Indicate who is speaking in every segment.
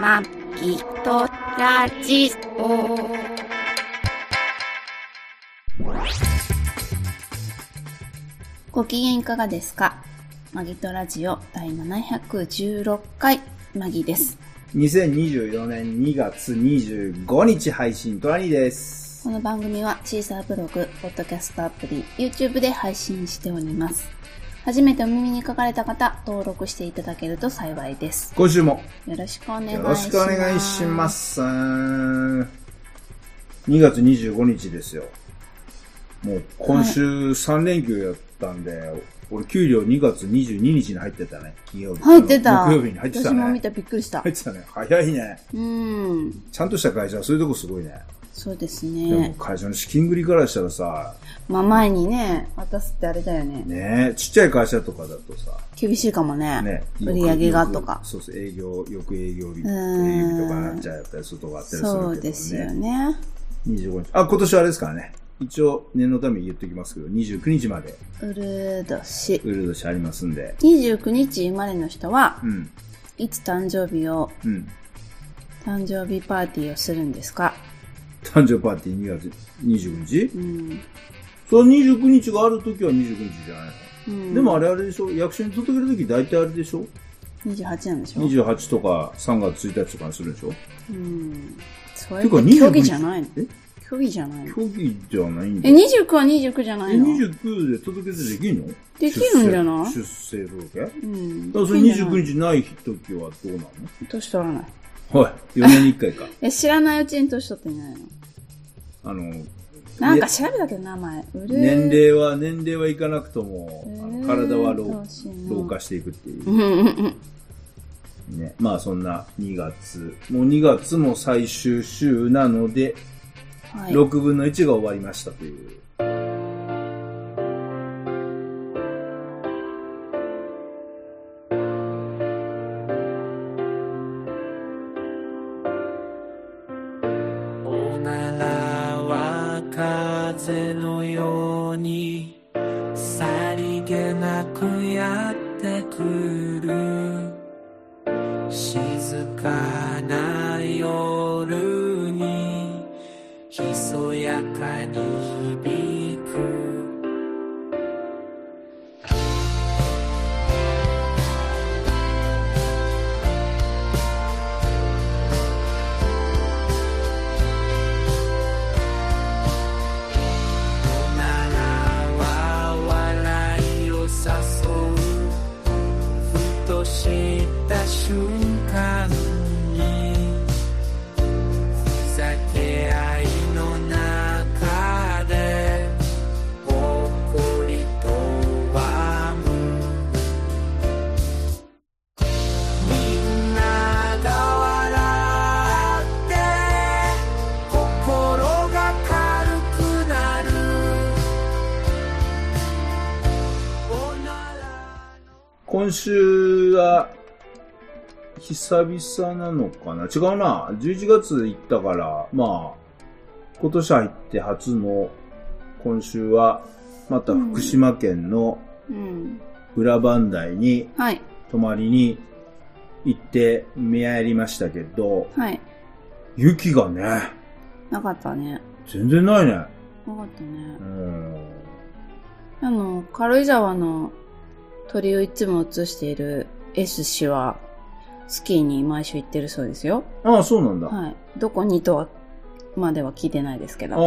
Speaker 1: まきとラジオ。ご機嫌いかがですかマギトラジオ第716回、マギです。
Speaker 2: 2024年2月25日配信、トラニーです。
Speaker 1: この番組はシーサーブログ、ポッドキャストアプリ、YouTube で配信しております。初めてお耳に書かれた方、登録していただけると幸いです。
Speaker 2: 今週も
Speaker 1: よろしくお願いします。
Speaker 2: よろしくお願いしま。す。2月25日ですよ。もう今週3連休やったんで、俺給料2月22日に入ってたね、金曜日。
Speaker 1: 入ってた。
Speaker 2: 木曜日に入ってた
Speaker 1: 私も見
Speaker 2: ね。
Speaker 1: た、びっくりした
Speaker 2: 入。ってたね。早いね。
Speaker 1: うん。
Speaker 2: ちゃんとした会社はそういうとこすごいね。
Speaker 1: そうです
Speaker 2: でも
Speaker 1: ね。
Speaker 2: 会社の資金繰りからしたらさ、
Speaker 1: まあ前にね、渡すってあれだよね。
Speaker 2: ねちっちゃい会社とかだとさ、
Speaker 1: 厳しいかもね。
Speaker 2: ね、
Speaker 1: 売り上げがとか
Speaker 2: よく。そうそう、営業、よく営業日、営
Speaker 1: う
Speaker 2: 業
Speaker 1: ん
Speaker 2: 日とかなっちゃったりするとかあったりするけど
Speaker 1: そ
Speaker 2: ね。
Speaker 1: うですよね。
Speaker 2: 25日。あ、今年はあれですからね。一応、念のために言っておきますけど、29日まで、
Speaker 1: うるどし
Speaker 2: ウ。ルドシありますんで。
Speaker 1: 29日生まれの人は
Speaker 2: う、ん。
Speaker 1: いつ誕生日を、
Speaker 2: うん。
Speaker 1: 誕生日パーティーをするんですか
Speaker 2: 誕生パーティー2月29日
Speaker 1: うん。
Speaker 2: その29日があるときは29日じゃないの、
Speaker 1: うん、
Speaker 2: でもあれあれでしょ役所に届けるとき大体あれでしょ
Speaker 1: 28なんでしょ、
Speaker 2: ?28 とか3月1日とかにするでしょ
Speaker 1: うん。それ
Speaker 2: て
Speaker 1: っ
Speaker 2: か
Speaker 1: て
Speaker 2: 29
Speaker 1: 競技じゃないの
Speaker 2: え
Speaker 1: 競技じゃないの
Speaker 2: 競技じゃないんだ
Speaker 1: え、
Speaker 2: よ。
Speaker 1: 29は29じゃない
Speaker 2: え、
Speaker 1: の
Speaker 2: 29で届け出できんの
Speaker 1: できるんじゃない
Speaker 2: 出生出生届
Speaker 1: う
Speaker 2: け
Speaker 1: ん。
Speaker 2: だからそれ29日ない時はどうな
Speaker 1: 年取らない。
Speaker 2: のはい。4年に1回か。
Speaker 1: え、知らないうちに年取ってないの
Speaker 2: あの、
Speaker 1: なんか
Speaker 2: ね
Speaker 1: 調べたけど名前。うる
Speaker 2: 年齢は、年齢はいかなくとも、あ
Speaker 1: う
Speaker 2: の
Speaker 1: ん
Speaker 2: 体は
Speaker 1: ど
Speaker 2: 老
Speaker 1: うしよう
Speaker 2: 老化していくっていうう。
Speaker 1: んうんうん。
Speaker 2: ね。まあそんな2月。もう2月も最終週なので、
Speaker 1: はい。
Speaker 2: 6分の1が終わりましたという。
Speaker 3: おならは風のようにさりげなくやってくる静かな夜にひそやかに響くならは笑いを誘うふとした瞬間にふざけ合いの中でほっこりとはむみんなが笑って心が軽くなるおなら
Speaker 2: 今週は、久々なのかな違うな。11月行ったから、まあ、今年入って初の、今週は、また福島県の
Speaker 1: うん。
Speaker 2: 裏磐梯に
Speaker 1: はい。
Speaker 2: 泊まりに行って見やりましたけど、
Speaker 1: はい。
Speaker 2: 雪がね、
Speaker 1: なかったね。
Speaker 2: 全然ないね。
Speaker 1: なかったね
Speaker 2: う。ん。
Speaker 1: あの、軽井沢の鳥をいつも映している S 氏は、スキーに毎週行ってるそうですよ。
Speaker 2: ああ、そうなんだ。
Speaker 1: はい。どこにとは、までは聞いてないですけ
Speaker 2: あ
Speaker 1: ど。
Speaker 2: あ、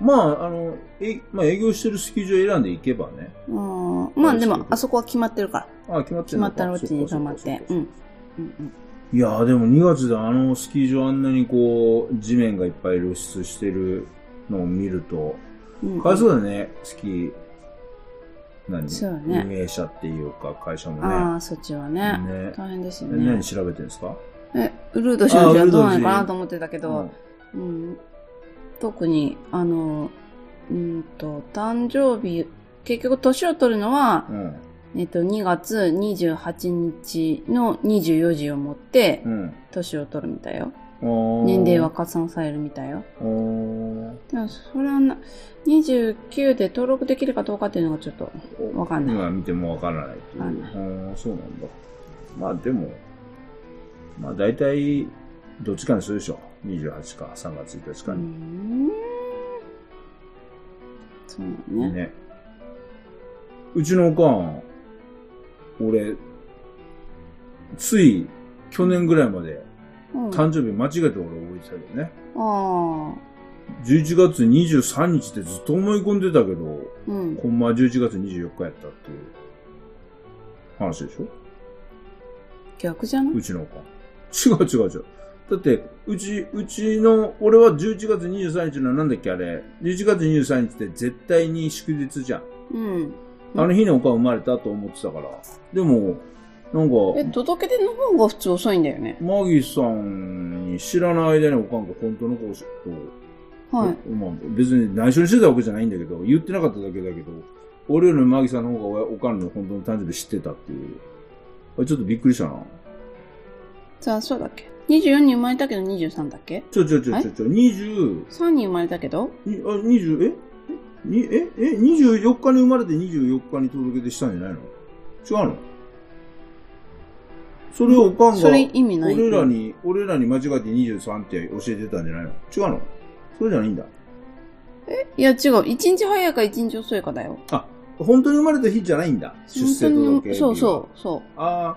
Speaker 2: まあ、あの、え、まあ営業してるスキー場選んで行けばね、
Speaker 1: うん。まあでも、あそこは決まってるから。
Speaker 2: あ、決まって
Speaker 1: 決
Speaker 2: ん
Speaker 1: ま
Speaker 2: の
Speaker 1: っ
Speaker 2: か
Speaker 1: たらうちに泊まっ
Speaker 2: そか
Speaker 1: て
Speaker 2: そ。
Speaker 1: う
Speaker 2: か
Speaker 1: ん
Speaker 2: そ。
Speaker 1: うんうん。
Speaker 2: いやーでも2月であのスキー場あんなにこう、地面がいっぱい露出してるのを見ると、
Speaker 1: うん
Speaker 2: かわいそうだね、スキー、何
Speaker 1: そうね
Speaker 2: 運営者っていうか会社もね。
Speaker 1: ああ、そっちはね。
Speaker 2: ね
Speaker 1: 大変ですよ
Speaker 2: え
Speaker 1: ね
Speaker 2: 何。調べてるんですか
Speaker 1: え、ウルード氏の
Speaker 2: あ
Speaker 1: 字
Speaker 2: ー
Speaker 1: は
Speaker 2: ウルー
Speaker 1: どう
Speaker 2: ド氏
Speaker 1: なのかなと思ってたけ
Speaker 2: う
Speaker 1: ど
Speaker 2: ん、
Speaker 1: うん、特に、あの、うんと、誕生日、結局年を取るのは、
Speaker 2: うん。
Speaker 1: えっと、2月28日の24時をもって、
Speaker 2: うん。
Speaker 1: 年を取るみたいよ。
Speaker 2: おー
Speaker 1: 年齢は。加算されるみたいよ。
Speaker 2: おー
Speaker 1: でも、それはな、29で登録できるかどうかっていうのがちょっと、わかんない
Speaker 2: 今見てもわからないっていう。
Speaker 1: わかんな
Speaker 2: おーそうなんだ。まあでも、まあ大体、どっちかにするでしょう。28か、3月1日
Speaker 1: う
Speaker 2: か
Speaker 1: ー
Speaker 2: に。
Speaker 1: ん。そうね。
Speaker 2: ね。うちのおかん、俺、つい、去年ぐらいまで、
Speaker 1: うん、あ
Speaker 2: 誕生日間違えて俺覚えてたけどね。
Speaker 1: あ。
Speaker 2: 11月23日ってずっと思い込んでたけど、
Speaker 1: うん。
Speaker 2: ほんまは11月24日やったっていう話でしょ
Speaker 1: 逆じゃないう
Speaker 2: ちのおかん。違う違う違う。だって、うち、うちの、俺は11月23日のなんだっけあれ、11月23日って絶対に祝日じゃん。
Speaker 1: うん。
Speaker 2: あの日におかん生まれたと思ってたから。でも、なん
Speaker 1: え、
Speaker 2: か、
Speaker 1: 届け出の方が普通遅いんだよね。
Speaker 2: マギさんに知らない間におかんが本当のことを
Speaker 1: はい。
Speaker 2: まあ、別に内緒にしてたわけじゃないんだけど、言ってなかっただけだけど、俺よりもマギさんの方がおおかんの本当の誕生日知ってたっていう。あれちょっとびっくりしたな。
Speaker 1: じゃあ、そうだっけ ?24 に生まれたけど23だっけ
Speaker 2: ちょちょちょちょちょ、20、
Speaker 1: ?3 に生まれたけど
Speaker 2: にあ、20、えにええ ?24 日に生まれて24日に届け出したんじゃないの違うのそれをおかん
Speaker 1: そ
Speaker 2: が、
Speaker 1: れ意味ない。
Speaker 2: 俺らに、俺らに間違って23って教えてたんじゃないの違うのそれじゃないんだ。
Speaker 1: いや、違う。1日早いか1日遅いかだよ。
Speaker 2: あ、本当に生まれた日じゃないんだ。出生届
Speaker 1: 本当に
Speaker 2: け。
Speaker 1: そうそう、そ
Speaker 2: ああ。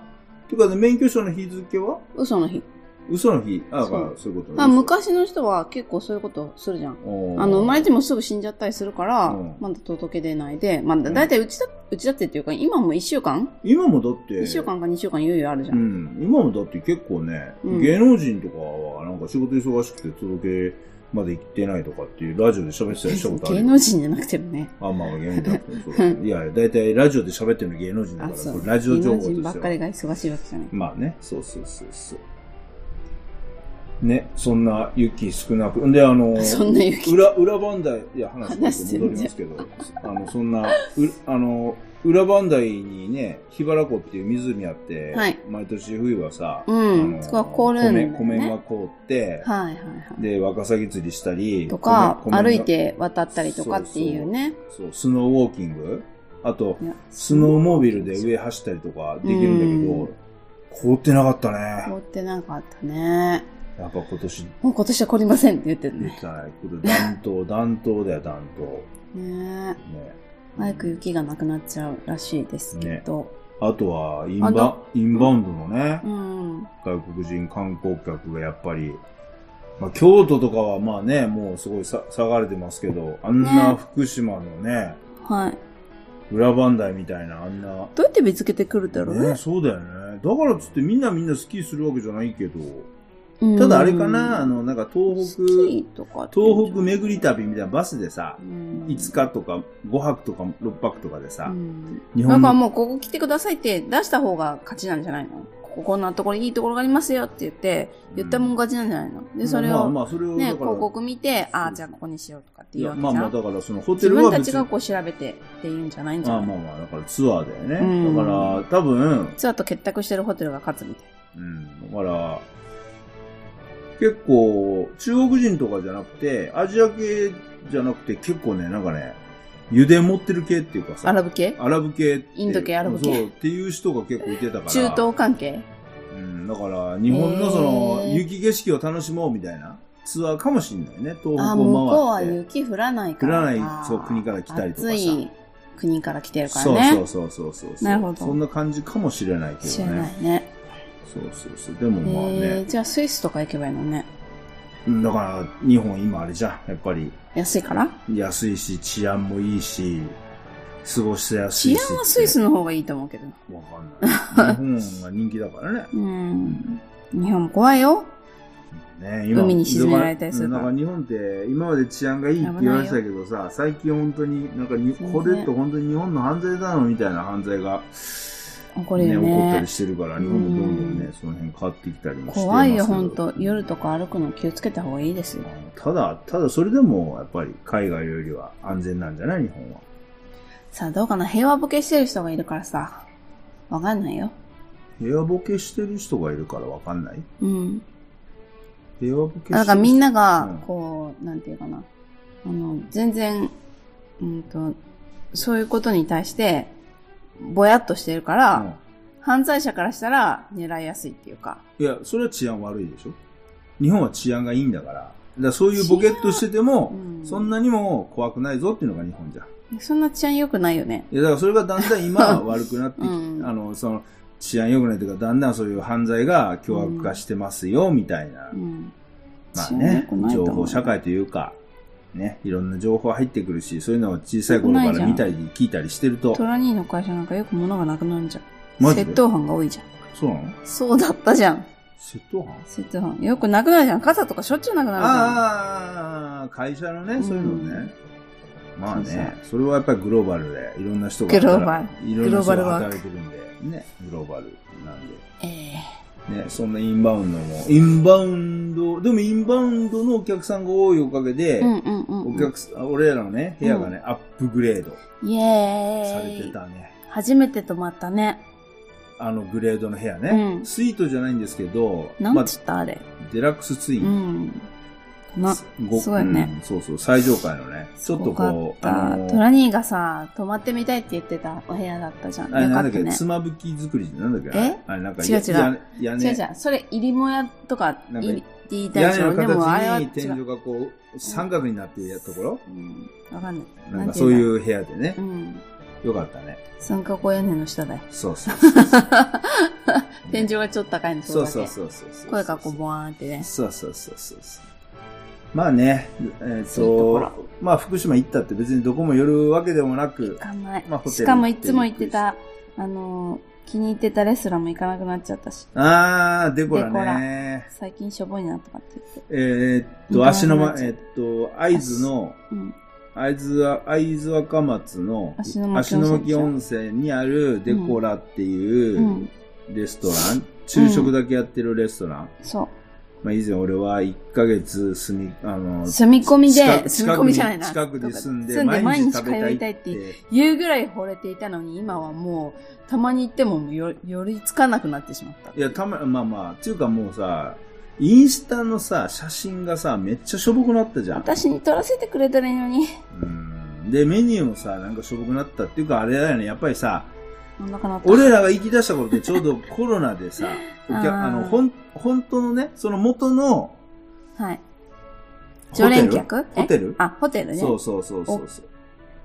Speaker 2: てかね、免許証の日付は
Speaker 1: う。嘘の日。
Speaker 2: 嘘の日。ああ、
Speaker 1: そう
Speaker 2: まあそういうことね
Speaker 1: まあ、。昔の人は結構そういうことするじゃん。あの、生まれ
Speaker 2: て
Speaker 1: てもすぐ死んじゃったりするから
Speaker 2: うん、
Speaker 1: まだ届け出ないで、まあ、だだいたいうちだ、うちだってっていうか、今も1週間
Speaker 2: 今もだって、
Speaker 1: ?1 週間か2週間猶予あるじゃ。
Speaker 2: うんん、今もだって結構ね、
Speaker 1: うん
Speaker 2: 芸能人とかはなんか仕事忙しくて届けまで行ってないとかっていうラジオで喋ってたりしたことある
Speaker 1: 芸能人じゃなくてもね。
Speaker 2: あ、まあ、芸能人だってそうだけどいや、だいたいラジオで喋ってるの芸能人だ
Speaker 1: あ、
Speaker 2: か
Speaker 1: そ
Speaker 2: ら、
Speaker 1: う。
Speaker 2: これラジオ情報
Speaker 1: 芸能人ば
Speaker 2: と
Speaker 1: っ
Speaker 2: し
Speaker 1: か
Speaker 2: て
Speaker 1: り
Speaker 2: は。
Speaker 1: が忙しいわけじゃない。
Speaker 2: まあね、そうそうそうそう。ね、そんな雪少なく。んで、あの、
Speaker 1: そんな勇気。
Speaker 2: 裏、裏番台、いや、話
Speaker 1: 話
Speaker 2: 戻りますけど、あの、そんな、うあの、裏番台にね、桧原湖っていう湖あって、
Speaker 1: はい
Speaker 2: 毎年冬はさ、
Speaker 1: うん
Speaker 2: あの
Speaker 1: そこは凍るんだよね
Speaker 2: 米、米が凍って、
Speaker 1: はいはいはい。
Speaker 2: で、ワカサギ釣りしたり、
Speaker 1: とか、
Speaker 2: 米米が
Speaker 1: 歩いて渡ったりとかっていうね。
Speaker 2: そう、スノーウォーキングあと、
Speaker 1: いや
Speaker 2: スノーモービルで上走ったりとかできるんだけど、凍ってなかったね。
Speaker 1: 凍ってなかったね。
Speaker 2: やっぱ今年、
Speaker 1: もう今年は凍りませんって言ってる
Speaker 2: 言っ
Speaker 1: ね。
Speaker 2: てたね。暖冬、暖冬だよ、暖
Speaker 1: ねえ
Speaker 2: 冬。ね。
Speaker 1: 早く雪がなくなっちゃうらしいですけど。
Speaker 2: あとはイン
Speaker 1: あ
Speaker 2: バ
Speaker 1: の、
Speaker 2: インバウンドのね
Speaker 1: う、ん。
Speaker 2: 外国人観光客がやっぱり、まあ、京都とかはまあね、もうすごいさ下がれてますけど、あんな
Speaker 1: ね
Speaker 2: 福島のね、
Speaker 1: はい。
Speaker 2: 裏磐梯みたいな、あんな、
Speaker 1: どうやって見つけてくるだろうね。
Speaker 2: そうだよね。だからっつってみんなみんなスキーするわけじゃないけど、
Speaker 1: うん
Speaker 2: ただあれかな、あ、の、なんか東
Speaker 1: ス
Speaker 2: 北
Speaker 1: キ、ーとか。
Speaker 2: 東北巡り旅みたいなバスでさ
Speaker 1: う、ん、
Speaker 2: 5日とか5泊とか6泊とかで
Speaker 1: う
Speaker 2: さ、
Speaker 1: ん
Speaker 2: 日
Speaker 1: な
Speaker 2: 本
Speaker 1: んか
Speaker 2: の、
Speaker 1: もうここ来てくださいって出した方が勝ちなんじゃないのこここんなところいいところがありますよって言って、言ったもん勝ちなんじゃないの、で、それ
Speaker 2: まあ
Speaker 1: を
Speaker 2: まあ、それをだ
Speaker 1: ね、
Speaker 2: から
Speaker 1: 広告見て、ああ、じゃあここにしようとかって
Speaker 2: い
Speaker 1: いう
Speaker 2: や
Speaker 1: わけじ
Speaker 2: ま
Speaker 1: ゃ
Speaker 2: あ
Speaker 1: ん。
Speaker 2: まあだからそのホテ
Speaker 1: 自
Speaker 2: ルは
Speaker 1: 分た
Speaker 2: 別
Speaker 1: ち
Speaker 2: に
Speaker 1: がこう調べてっていうんじゃないんじ
Speaker 2: ま
Speaker 1: ゃ
Speaker 2: あ
Speaker 1: ない
Speaker 2: まあまあだからツアーだよね、
Speaker 1: うん
Speaker 2: だから多分、
Speaker 1: ツアーと結託してるホテルが勝つみたい
Speaker 2: うん、だから結構中国人とかじゃなくてアジア系じゃなくて結構ねなんかね油田持ってる系っていうかさ
Speaker 1: な。アラブ系
Speaker 2: アラブ系ってい
Speaker 1: イ
Speaker 2: う
Speaker 1: ンド系アラブ系
Speaker 2: そうっていう人が結構いてたから
Speaker 1: 中東関係
Speaker 2: うん、だから日本のその
Speaker 1: へー
Speaker 2: 雪景色を楽しもうみたいなツアーかもしんないね東
Speaker 1: あ
Speaker 2: 北
Speaker 1: あ、向こう
Speaker 2: を
Speaker 1: は
Speaker 2: 回って
Speaker 1: 雪降らないから。
Speaker 2: 降らないそう国から来たりとかさ
Speaker 1: 暑い国から来てるから
Speaker 2: そう
Speaker 1: ね。
Speaker 2: そうそうそうそうそう
Speaker 1: なるほど
Speaker 2: そんな感じかもしれないけどね
Speaker 1: 知らないね。
Speaker 2: そうそうそう。でもまあ
Speaker 1: えー
Speaker 2: ね、
Speaker 1: じゃあスイスとか行けばいいのね。
Speaker 2: うんだから日本今あれじゃん。やっぱり
Speaker 1: 安いから
Speaker 2: 安いし、治安もいいし、過ごしやすい
Speaker 1: 治
Speaker 2: し。
Speaker 1: 安はスイス
Speaker 2: の。
Speaker 1: の方がいいと思うけど。
Speaker 2: わかんない。日本が人気 だからね。
Speaker 1: うん。日本も怖いよ。
Speaker 2: ね
Speaker 1: 海に沈められたりするから
Speaker 2: だから日本って今まで治安がいいって言われてたけどさ、最近本当になんかに、
Speaker 1: 全然
Speaker 2: これって本当に日本の犯罪だのみたいな犯罪が、
Speaker 1: 怒るよ
Speaker 2: ね起こった
Speaker 1: ね
Speaker 2: り。してるから、日本もどんどんね、
Speaker 1: うん
Speaker 2: その辺変わってきたりもしてます
Speaker 1: 怖
Speaker 2: け
Speaker 1: い
Speaker 2: ど
Speaker 1: よ、ほんと。夜とか歩くの気をつけた方がいいですよ。
Speaker 2: ただ、ただそれでも、やっぱり海外よりは安全なんじゃない日本は。
Speaker 1: さあ、どうかな平和ボケしてる人がいるからさ。わかんないよ。
Speaker 2: 平和ボケしてる人がいるからわかんない
Speaker 1: うん。
Speaker 2: 平和ボケしてる人
Speaker 1: なんかみんな
Speaker 2: う
Speaker 1: が
Speaker 2: ん、
Speaker 1: こう、なんていうかな。あの、全然、うんと、そういうことに対して、ぼやっとしてるから、犯罪者からしたら狙いやすいっていうか。
Speaker 2: いや、それは治安悪いでしょ日本は治安がいいんだから。だからそういうボケっとしてても、
Speaker 1: うん
Speaker 2: そんなにも怖くないぞっていうのが日本じゃん。
Speaker 1: そんな治安良くないよね。
Speaker 2: いや、だからそれがだんだん今は悪くなってき、
Speaker 1: うん
Speaker 2: あの、その、治安良くないというか、だんだんそういう犯罪が凶悪化してますよ、みたいな。
Speaker 1: うん。
Speaker 2: まあ
Speaker 1: 治安良
Speaker 2: ね
Speaker 1: くない、と
Speaker 2: 情
Speaker 1: 思う
Speaker 2: 報社会というか、ね、いろんな情報入ってくるし、そういうのを小さい頃から見たり聞いたりしてると
Speaker 1: ト、ラ兄の会社なんかよく物がなくなるじゃん。
Speaker 2: マジ
Speaker 1: 窃
Speaker 2: で
Speaker 1: 盗犯が多いじゃん。
Speaker 2: そうなの
Speaker 1: そうだったじゃん。
Speaker 2: 窃盗犯
Speaker 1: 窃盗犯。よくなくなるじゃん。傘とかしょっちゅうなくなるじゃん。
Speaker 2: ああ、会社のね、そういうのね。まあ
Speaker 1: そう
Speaker 2: ね、それはやっぱりグローバルで、いろんな人が働い。
Speaker 1: グローバ
Speaker 2: いろんな人
Speaker 1: グローバ
Speaker 2: が
Speaker 1: ルワーク
Speaker 2: 働いてるんで、ね、グローバルなんで。
Speaker 1: え
Speaker 2: ね、そんなインバウンドも、インバウンド、でもインバウンドのお客さんが多いおかげで、
Speaker 1: えうんうんうん
Speaker 2: お
Speaker 1: うん。
Speaker 2: 客さん、俺らのね、部屋がね、アップグレード
Speaker 1: イエ
Speaker 2: され
Speaker 1: ー
Speaker 2: て
Speaker 1: イ。
Speaker 2: たね。
Speaker 1: 初めて泊まったね。
Speaker 2: あのグレードの部屋ね、
Speaker 1: うん
Speaker 2: スイートじゃないんですけど、
Speaker 1: なん
Speaker 2: あ、
Speaker 1: つったあれ。
Speaker 2: デラックスツイ
Speaker 1: う
Speaker 2: ン。
Speaker 1: ん。な、す
Speaker 2: ご
Speaker 1: ごいね。
Speaker 2: うんそうそう、最上階のね、ちょっと
Speaker 1: ごかっ
Speaker 2: こう、
Speaker 1: た。
Speaker 2: の
Speaker 1: トラ兄がさ、泊まってみたいって言ってたお部屋だったじゃん。
Speaker 2: あれ
Speaker 1: よ
Speaker 2: な
Speaker 1: か
Speaker 2: んだ
Speaker 1: っ
Speaker 2: ったけ、
Speaker 1: ね。
Speaker 2: つまぶき作りじゃなんだっけ
Speaker 1: え
Speaker 2: あれなんか
Speaker 1: 違う違う
Speaker 2: や屋根
Speaker 1: 違う違う。それ、入りもやとか、
Speaker 2: なんか
Speaker 1: 入り
Speaker 2: 屋
Speaker 1: 大
Speaker 2: 根
Speaker 1: 丈
Speaker 2: の
Speaker 1: 夫。でもあれは
Speaker 2: 形
Speaker 1: 違
Speaker 2: に天井
Speaker 1: う。
Speaker 2: がこう、三角になっているところ、
Speaker 1: うん。わかんない。
Speaker 2: なん
Speaker 1: な
Speaker 2: か
Speaker 1: んて
Speaker 2: そうい
Speaker 1: 言うんだ
Speaker 2: う部屋でね
Speaker 1: う、ん。
Speaker 2: よかったね。
Speaker 1: 三角屋根の下だ よ。
Speaker 2: そうそうそう。
Speaker 1: 天井がちょっと高いの
Speaker 2: そう
Speaker 1: そ
Speaker 2: そ
Speaker 1: れ
Speaker 2: う
Speaker 1: だけ
Speaker 2: そうそうそう。
Speaker 1: 声がこう、ボワーンってね。
Speaker 2: そうそうそうそうそう。まあね、えー
Speaker 1: そういうとこ
Speaker 2: と、まあ福島行ったって別にどこも寄るわけでもなく
Speaker 1: 行、かない
Speaker 2: まあホ。テル
Speaker 1: しかもいつも行ってた、あのー、気に入ってたレストランも行かなくなっちゃったし、
Speaker 2: あー、デコラ
Speaker 1: デコ
Speaker 2: ね。
Speaker 1: 最近しょぼいなとかって言って。
Speaker 2: えー
Speaker 1: 行
Speaker 2: っ
Speaker 1: かな
Speaker 2: と、
Speaker 1: くなっちゃ
Speaker 2: 足の
Speaker 1: う
Speaker 2: 間、えーっと、会津の、
Speaker 1: うん。
Speaker 2: 会津は、会津若松の
Speaker 1: 芦ノ牧温泉
Speaker 2: 芦ノ牧温泉にあるデコラって
Speaker 1: う。
Speaker 2: いうんレストラン、昼食だけやってるレストラン。
Speaker 1: そ
Speaker 2: まあ以前俺は1ヶ月住み、あの
Speaker 1: う。、住み込み
Speaker 2: 近く
Speaker 1: で、住み込みじゃないな。
Speaker 2: 近くに住んで、
Speaker 1: 住んで
Speaker 2: 毎
Speaker 1: 毎日
Speaker 2: 日
Speaker 1: 通
Speaker 2: 食べ
Speaker 1: いた
Speaker 2: た
Speaker 1: い
Speaker 2: い
Speaker 1: っ
Speaker 2: ってて。
Speaker 1: 言うぐらい惚れていたのに、今はもう、たまに行ってもよ寄りつかなくなってしまった
Speaker 2: い。や、たま、まあまあ、っていうかもうさ、インスタのさ、写真がさ、めっちゃしょぼくなったじゃん。
Speaker 1: 私に取らせてくれたらいいのに、
Speaker 2: うん。で、メニューもさ、なんかしょぼくなったっていうか、あれだよね、やっぱりさ、
Speaker 1: お腹なった。
Speaker 2: 俺らが行き出した頃 ってちょうどコロナでさ、お客
Speaker 1: あー
Speaker 2: あの、ほん、本当のね、その元の
Speaker 1: はい。
Speaker 2: ホテ
Speaker 1: 常
Speaker 2: ル、
Speaker 1: 連客
Speaker 2: ホテル
Speaker 1: えあ、ホテルね。
Speaker 2: そうそうそうそうそ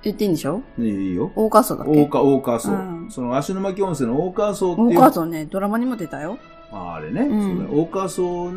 Speaker 1: 言っていいんでしょ
Speaker 2: う。ねいいよ。
Speaker 1: 大川荘だっけ
Speaker 2: 大川、大川荘。
Speaker 1: うん
Speaker 2: その、芦沼木温泉の大川荘って
Speaker 1: 大
Speaker 2: いう。
Speaker 1: 川荘ね、ドラマにも出たよ。
Speaker 2: まあ、あれね、
Speaker 1: うん
Speaker 2: そうだよ大川荘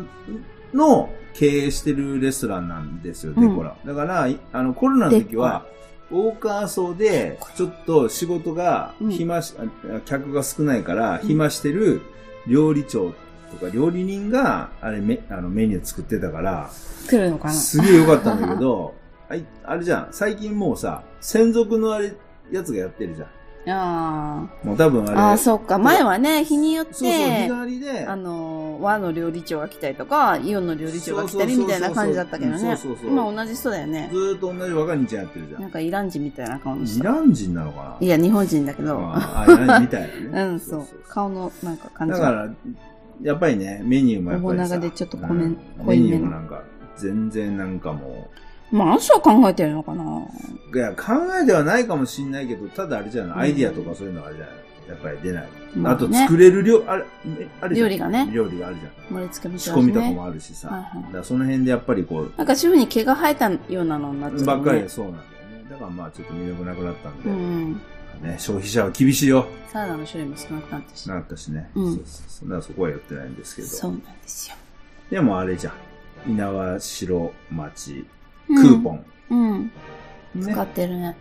Speaker 2: の経営してるレストランなんですよ、デコラ。だから、いあの、コロナの時は、大川荘で、ちょっと仕事が
Speaker 1: うん
Speaker 2: 暇し、あ客が少ないから、暇してる料理長とか料理人が、あれメ、あのメニュー作ってたから、
Speaker 1: 来るのかな
Speaker 2: すげえ良かったんだけ ど、あいあれじゃん、最近もうさ、専属のあれ、やつがやってるじゃん。
Speaker 1: あ
Speaker 2: もう多分あ
Speaker 1: あ。
Speaker 2: れ、
Speaker 1: ああ、そうか。前はね、日によって、
Speaker 2: そうそう、日替わりで、
Speaker 1: あの、和の料理長が来たりとか、イオンの料理長が来たりみたいな感じだったけど
Speaker 2: そう
Speaker 1: ね
Speaker 2: そうそう。そう
Speaker 1: 今同じ人だよね
Speaker 2: ず。ーっと同じ若兄ちゃんやってるじゃ
Speaker 1: なん
Speaker 2: ん。
Speaker 1: かイラン人みたいな顔の
Speaker 2: イ
Speaker 1: 人。
Speaker 2: ラン人なのかない
Speaker 1: や、日本人だけど。
Speaker 2: あーあ、イラン人みたい
Speaker 1: う
Speaker 2: なね。
Speaker 1: ん、そう。顔のなんか感じ
Speaker 2: だ
Speaker 1: が。
Speaker 2: から、やっぱりね、メニューもやっぱり
Speaker 1: 面
Speaker 2: さ。
Speaker 1: 長でちょっと濃め
Speaker 2: うん
Speaker 1: 濃
Speaker 2: メ
Speaker 1: いめの
Speaker 2: ニューもなんか、全然なんかも
Speaker 1: まあ、朝考えてるのかな
Speaker 2: う、いや、考えではないかもしんないけど、ただあれじゃない、
Speaker 1: うん
Speaker 2: アイディアとかそういうのがあれじゃないやっぱり出ない。
Speaker 1: ま
Speaker 2: あ
Speaker 1: ね
Speaker 2: と作れる料、あれ、あれじゃ
Speaker 1: 料
Speaker 2: ん
Speaker 1: 理がね
Speaker 2: 料理があるじゃん。
Speaker 1: 盛り付けもし
Speaker 2: 仕
Speaker 1: ま
Speaker 2: 込
Speaker 1: す
Speaker 2: みとか
Speaker 1: ね。
Speaker 2: もあるしさ。
Speaker 1: はいはい
Speaker 2: だからその辺でやっぱりこう、
Speaker 1: なんか主婦に毛が生えたようなのになっちゃった、
Speaker 2: ば
Speaker 1: ね。
Speaker 2: っかりでそうなんだよね。だからまあちょっと魅力なくなったんで、
Speaker 1: うん。
Speaker 2: ね、消費者は厳しいよ。
Speaker 1: サラダの種類も少なくなったし。
Speaker 2: なったしね。
Speaker 1: うん
Speaker 2: そうそうそう。だからそこはやってないんですけど。
Speaker 1: そうなんですよ。
Speaker 2: でもあれじゃん。稲葉城町、クーポン。
Speaker 1: ン。うん。
Speaker 2: ね
Speaker 1: 使。ってるね。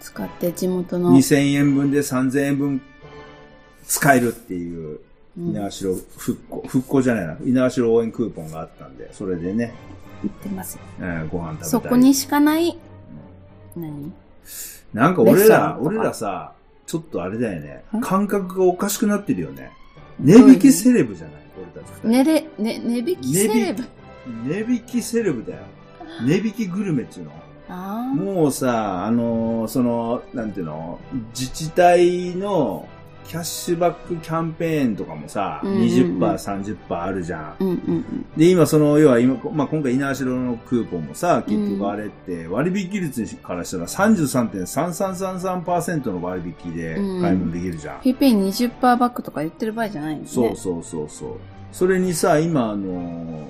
Speaker 1: 使って地元の。
Speaker 2: 2000円分で3000円分使えるっていう、
Speaker 1: うん
Speaker 2: 稲葉城復興、復興じゃないな。稲葉城応援クーポンがあったんで、それでね、
Speaker 1: 行ってますよ。
Speaker 2: えーご飯食べたり。
Speaker 1: そこにしかない、何
Speaker 2: なんか
Speaker 1: レ
Speaker 2: 俺
Speaker 1: ストラン
Speaker 2: ら、
Speaker 1: とか
Speaker 2: 俺らさ、ちょっとあれだよね
Speaker 1: ん。
Speaker 2: 感覚がおかしくなってるよね。
Speaker 1: ど
Speaker 2: 値
Speaker 1: ういう
Speaker 2: 引きセレブじゃない俺たち二人。
Speaker 1: ねれ、ね、値引きセレブ。
Speaker 2: 値引きセレブだよ。値引きグルメっちゅうの。
Speaker 1: あ
Speaker 2: もうさ、あのーその、なんていうの自治体の
Speaker 1: あ。
Speaker 2: キャッシュバックキャンペーンとかもさ、
Speaker 1: うんうんうん
Speaker 2: 20%、30%あるじゃん。
Speaker 1: うんうん
Speaker 2: で、今その、要は今、まあ、今回、稲城のクーポンもさ、結局あれって、割引率からしたら33.3333%の割引で買い物できるじゃん。
Speaker 1: p p 2 0バックとか言ってる場合じゃないよね。
Speaker 2: そうそうそうそう。それにさ、今あの、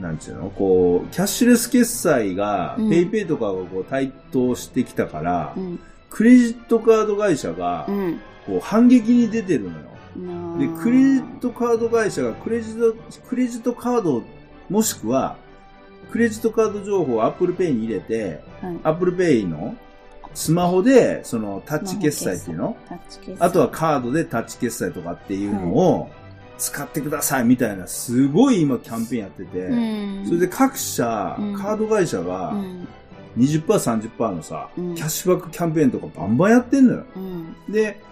Speaker 2: なんちゅうのこう、キャッシュレス決済が、
Speaker 1: うん
Speaker 2: PayPay とかがこう台頭してきたから、
Speaker 1: うん。
Speaker 2: クレジットカード会社が、
Speaker 1: うん。
Speaker 2: こう、反撃に出てるのよ。
Speaker 1: な
Speaker 2: で
Speaker 1: あ、
Speaker 2: クレジットカード会社がクレジット、クレジットカード、もしくは、クレジットカード情報を Apple Pay に入れて、
Speaker 1: はい、
Speaker 2: Apple Pay のスマホで、その、タッチ決済っていうの
Speaker 1: タッチケース
Speaker 2: あとは、カードでタッチ決済とかっていうのを使ってくださいみたいな、すごい今キャンペーンやってて、
Speaker 1: うん、
Speaker 2: それで各社、
Speaker 1: うん
Speaker 2: カード会社が
Speaker 1: うん、
Speaker 2: 20%、30%のさ、
Speaker 1: うん
Speaker 2: キャッシュバックキャンペーンとかバンバンやってんのよ。
Speaker 1: うん、
Speaker 2: で、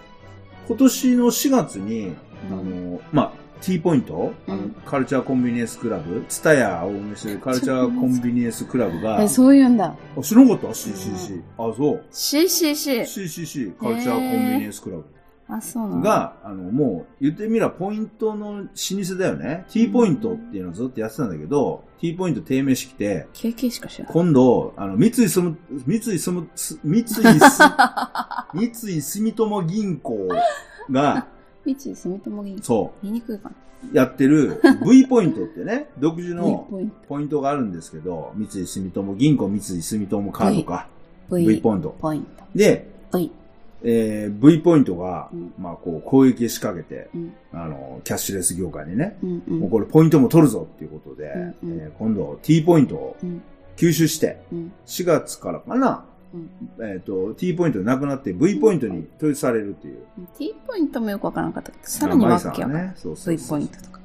Speaker 2: 今年の4月に、
Speaker 1: う
Speaker 2: あ
Speaker 1: ん
Speaker 2: の、まあ、T ポイント、あ
Speaker 1: う
Speaker 2: の
Speaker 1: ん
Speaker 2: カルチャーコンビニエンスクラブ、ツタヤを運営してるカルチャーコンビニエンスクラブが、
Speaker 1: え、そういうんだ。
Speaker 2: あ知らなかった ?CCC。あ、そう。
Speaker 1: CCC。
Speaker 2: CCC、カルチャーコンビニエンスクラブ。
Speaker 1: あ、そうなんだ。
Speaker 2: が、あの、もう、言ってみれば、ポイントの老舗だよね。T ポイントっていうのをずっとやってたんだけど、T ポイント低迷してきて、
Speaker 1: KK しか知らない。
Speaker 2: 今度、あの、三井住む、三井住む、す三井す、 三井住友銀行が、
Speaker 1: 三井住友銀行。
Speaker 2: そ
Speaker 1: 見にくいかな。
Speaker 2: う、やっ てる V ポイントってね、独自の
Speaker 1: V ポイント。
Speaker 2: ポイントがあるんですけど、三井住友銀行、三井住友カードか、V
Speaker 1: V
Speaker 2: ポイント。
Speaker 1: ポイント。
Speaker 2: で、
Speaker 1: V。
Speaker 2: えー V ポイントが、
Speaker 1: うん
Speaker 2: まあ、こう、攻撃仕掛けて、
Speaker 1: うん
Speaker 2: あの、キャッシュレス業界にね、
Speaker 1: うんう。
Speaker 2: もうんこれポイントも取るぞっていうことで、
Speaker 1: うんうん
Speaker 2: えー今度 T ポイントを
Speaker 1: うん
Speaker 2: 吸収して、
Speaker 1: うん
Speaker 2: 4月からかな、
Speaker 1: うん
Speaker 2: えっ、と、T ポイントなくなって V ポイントに統一されるっていう。
Speaker 1: T ポイントもよくわからなかったけど、さらにわけわか
Speaker 2: まあ
Speaker 1: ん
Speaker 2: マイ
Speaker 1: ない。
Speaker 2: さんはね、そうそう
Speaker 1: V
Speaker 2: そう
Speaker 1: ポイントとか。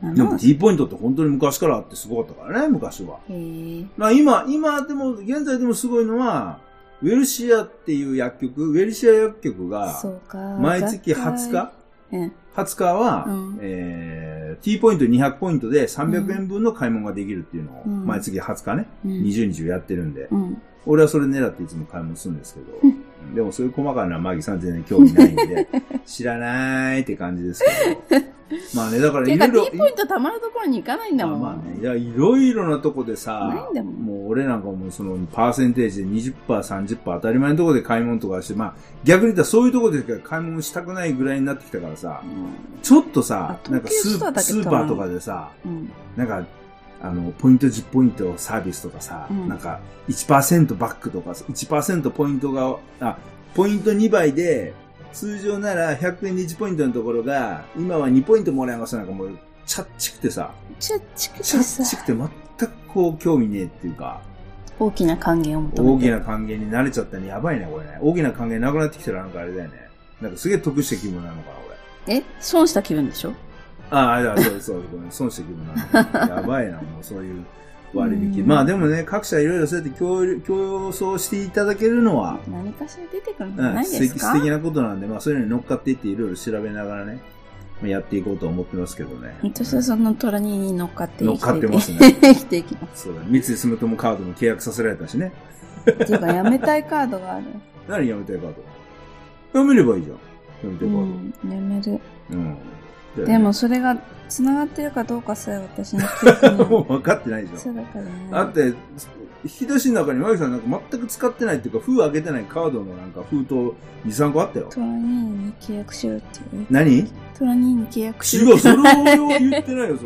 Speaker 1: な
Speaker 2: で
Speaker 1: の
Speaker 2: も T ポイントって本当に昔からあってすごかったからね、昔は。
Speaker 1: へえ。
Speaker 2: まあ今、今でも、現在でもすごいのは、ウェルシアっていう薬局、ウェルシア薬局が
Speaker 1: そ、うか。
Speaker 2: 毎月20日
Speaker 1: うん。
Speaker 2: 20日は、
Speaker 1: うん
Speaker 2: えー、T ポイント200ポイントで300円分の買い物ができるっていうのを、
Speaker 1: うん
Speaker 2: 毎月20日ね、
Speaker 1: うん。
Speaker 2: 20日をやってるんで、
Speaker 1: うん。
Speaker 2: 俺はそれ狙っていつも買い物するんですけど、
Speaker 1: うん
Speaker 2: でもそういう細かなマギさん全然興味ない んで、知らないって感じですけど。まあね、だから
Speaker 1: て
Speaker 2: い
Speaker 1: か
Speaker 2: ろ
Speaker 1: T
Speaker 2: いろ、
Speaker 1: ポイントたまるところに行かないんだもん。
Speaker 2: まあね、いやいろいろなとこでさ
Speaker 1: ないんだもん、
Speaker 2: もう俺なんかもうそのパーセンテージで20%、30%当たり前のとこで買い物とかして、まあ逆に言ったらそういうとこでしか買い物したくないぐらいになってきたからさ
Speaker 1: う、ん
Speaker 2: ちょっとさ、
Speaker 1: あ
Speaker 2: なんかス
Speaker 1: 東京スター
Speaker 2: ー
Speaker 1: だけ
Speaker 2: スーパーとかでさ、
Speaker 1: うん。
Speaker 2: なんか、あの、ポイント10ポイントサービスとかさ、
Speaker 1: うん
Speaker 2: なんか1%バックとかさ、1%ポイントが、あ、ポイント2倍で、通常なら100円で1ポイントのところが、今は2ポイントもらえますなんかもう、ちゃっちくてさ、
Speaker 1: ちょっちくて
Speaker 2: ちゃっち
Speaker 1: さ、
Speaker 2: くて全くこう興味ねえっていうか、
Speaker 1: 大きな還元を求
Speaker 2: 大
Speaker 1: め
Speaker 2: き
Speaker 1: て。
Speaker 2: な還元に慣れちゃったね。やばいね、これね。大きな還元なくなってきたらなんかあれだよね。なんかすげえ得した気分なのかな、俺。
Speaker 1: え損した気分でしょ
Speaker 2: ああ、だからそうそう、ごめん、損してく るな。やばいな、もうそういう
Speaker 1: う
Speaker 2: 割引。
Speaker 1: ん
Speaker 2: まあでもね、各社いろいろそうやって協力競争していただけるのは、
Speaker 1: 何かしら出てくるんじ
Speaker 2: う
Speaker 1: ゃ
Speaker 2: ん、
Speaker 1: ないで
Speaker 2: 素
Speaker 1: す
Speaker 2: 敵
Speaker 1: か
Speaker 2: 素敵なことなんで、まあそういうのに乗っかっていっていろいろ調べながらね、まあやっていこうと思ってますけどね。
Speaker 1: 私はその虎にに乗っかって生きてい
Speaker 2: 乗っかってますね
Speaker 1: 生きていきま
Speaker 2: そうだね。三井住友カードも契約させられたしね。
Speaker 1: す。っていうか、やめたいカードがある。
Speaker 2: 何やめたいカードやめればいいじゃん。やめた
Speaker 1: う
Speaker 2: いカー
Speaker 1: ん、やめる。
Speaker 2: ド。うん。だよね
Speaker 1: でも、それが繋がってるかどうかさえ私の記憶に
Speaker 2: もう
Speaker 1: は。
Speaker 2: 分かってないじゃん。
Speaker 1: そうだからね。
Speaker 2: だって、引き出しの中にマギさんなんか全く使ってないっていうか、封開けてないカードのなんか封筒2、3個あったよ。
Speaker 1: トラニーニに契約しろっていう。
Speaker 2: 何違う、
Speaker 1: トラニーニに契約し
Speaker 2: そ
Speaker 1: ろ
Speaker 2: れ
Speaker 1: っていう。
Speaker 2: を言ってないよ、それ 全然。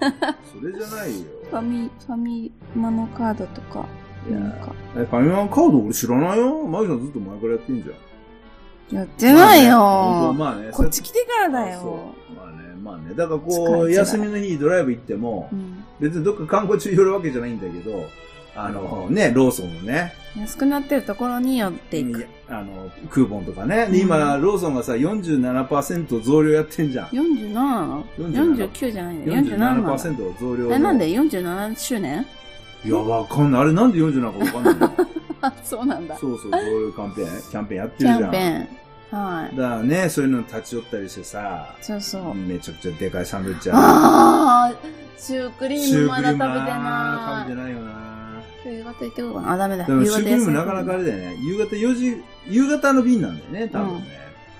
Speaker 2: それじゃないよ。
Speaker 1: ファミ、ファミマのカードとか、
Speaker 2: いや
Speaker 1: なんか。
Speaker 2: え、ファミマのカード俺知らないよ。マギさんずっと前からやってんじゃん。
Speaker 1: やってない
Speaker 2: まあね
Speaker 1: よ
Speaker 2: まあね、
Speaker 1: こっち来てから
Speaker 2: そう
Speaker 1: だ
Speaker 2: あそ
Speaker 1: よ。
Speaker 2: うまあね、まあね。だから
Speaker 1: 使い
Speaker 2: こ
Speaker 1: づら
Speaker 2: う、
Speaker 1: い
Speaker 2: 休みの日ドライブ行っても
Speaker 1: う、ん。
Speaker 2: 別にどっか観光中寄るわけじゃないんだけど、あのね、ローソンのね、
Speaker 1: 安くなってるところに寄っていく。
Speaker 2: あの、クーポンとかね。で、今、
Speaker 1: うん
Speaker 2: ローソンがさ、47%増量やってんじゃん。
Speaker 1: 47なの
Speaker 2: 47
Speaker 1: ?49 じゃないの ?47 なの
Speaker 2: 47%増量の。
Speaker 1: え、なんで47周年
Speaker 2: いや、わかんない。あれなんで40なのかわか んない
Speaker 1: あ、そうなん
Speaker 2: な。
Speaker 1: だ。
Speaker 2: そうそう、増量キャンペーン、キャンペーンやってる
Speaker 1: キ
Speaker 2: じゃん。
Speaker 1: ャンペーン。はい。
Speaker 2: だからね、そういうのに立ち寄ったりしてさ、
Speaker 1: そうそう。
Speaker 2: めちゃくちゃでかいサンドイッチあ
Speaker 1: あー、シューク
Speaker 2: る。
Speaker 1: リ
Speaker 2: シ
Speaker 1: ーム
Speaker 2: ュー
Speaker 1: ま
Speaker 2: ク
Speaker 1: だ
Speaker 2: リー
Speaker 1: 食べて
Speaker 2: ムな
Speaker 1: な
Speaker 2: 食べてないよな
Speaker 1: ーい。夕方行ってこようかな。あ、ダメだ。
Speaker 2: でもシュークリー
Speaker 1: 休
Speaker 2: ム
Speaker 1: み
Speaker 2: なかなかあれだよね。夕方4時、夕方の便なんだよね、多分ね。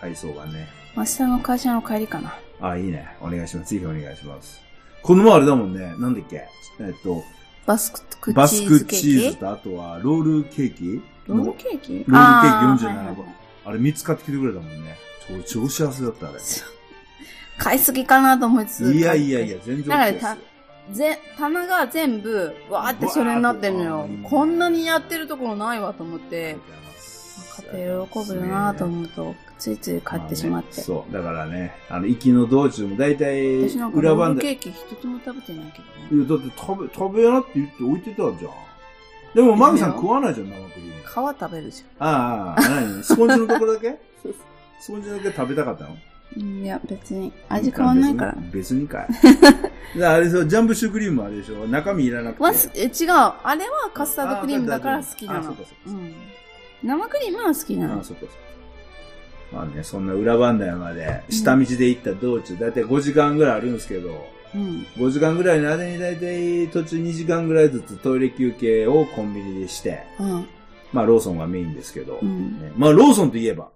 Speaker 2: 配送がね。
Speaker 1: 明日の会社の帰りかな。
Speaker 2: あ、いいね。お願いします。ぜひお願いします。この前あれだもんね。なんだっけえっと、
Speaker 1: バスク
Speaker 2: バ
Speaker 1: チ
Speaker 2: ス
Speaker 1: ーズ
Speaker 2: ク
Speaker 1: ケ
Speaker 2: チー
Speaker 1: ー
Speaker 2: ズ
Speaker 1: キ
Speaker 2: と、あとはロールケーキ
Speaker 1: ロールケーキロール
Speaker 2: ケーキ47
Speaker 1: はいはい
Speaker 2: 個
Speaker 1: はい
Speaker 2: あれ3つ買ってきてくれたもんね。俺超幸せだった、あれ。
Speaker 1: そう買いすぎかなと思いつつ。
Speaker 2: いやいやいや、全然 OK です
Speaker 1: だからぜ棚が全部、わーってそれになってるの
Speaker 2: わー
Speaker 1: よ
Speaker 2: って。
Speaker 1: こんなにやってるところないわと思って、家庭喜ぶよなと
Speaker 2: う。
Speaker 1: 思うと、ついつい買ってしまっ
Speaker 2: あ
Speaker 1: て
Speaker 2: ね。そう。だからね、あの、行きの道中も大体、
Speaker 1: 私なんか
Speaker 2: 裏
Speaker 1: ロー
Speaker 2: 番
Speaker 1: ル
Speaker 2: で。
Speaker 1: ケ
Speaker 2: い
Speaker 1: ーキ一つも食べてないけどね。
Speaker 2: や、だって食べ、食べやなって言って置いてたじゃん。でも、マグさん
Speaker 1: いいの
Speaker 2: 食わないじゃん、生クリーム。
Speaker 1: 皮食べるじ
Speaker 2: ああ、何スポンジのところだけスポンジだけ食べたかったの
Speaker 1: ゃんうん。いや、別に味変わんないから。
Speaker 2: 別に別にかい。だからあれそう、ジャンボシュークリームはあれでしょ中身いらなくて。
Speaker 1: わすえ違う。あれはカスタードクリームだから好きな
Speaker 2: あそ
Speaker 1: の
Speaker 2: うかそう。
Speaker 1: う
Speaker 2: か
Speaker 1: ん。生クリームは好きな
Speaker 2: あ
Speaker 1: の
Speaker 2: あ、。そっかそっか。まあね、そんな裏番台まで、下道で行った道中、だいたい5時間ぐらいあるんですけど、
Speaker 1: うん。
Speaker 2: 5時間ぐらいの間にだいたい途中2時間ぐらいずつトイレ休憩をコンビニでして、
Speaker 1: うん。
Speaker 2: まあローソンがメインですけど、
Speaker 1: うん。
Speaker 2: ねまあローソンといえば、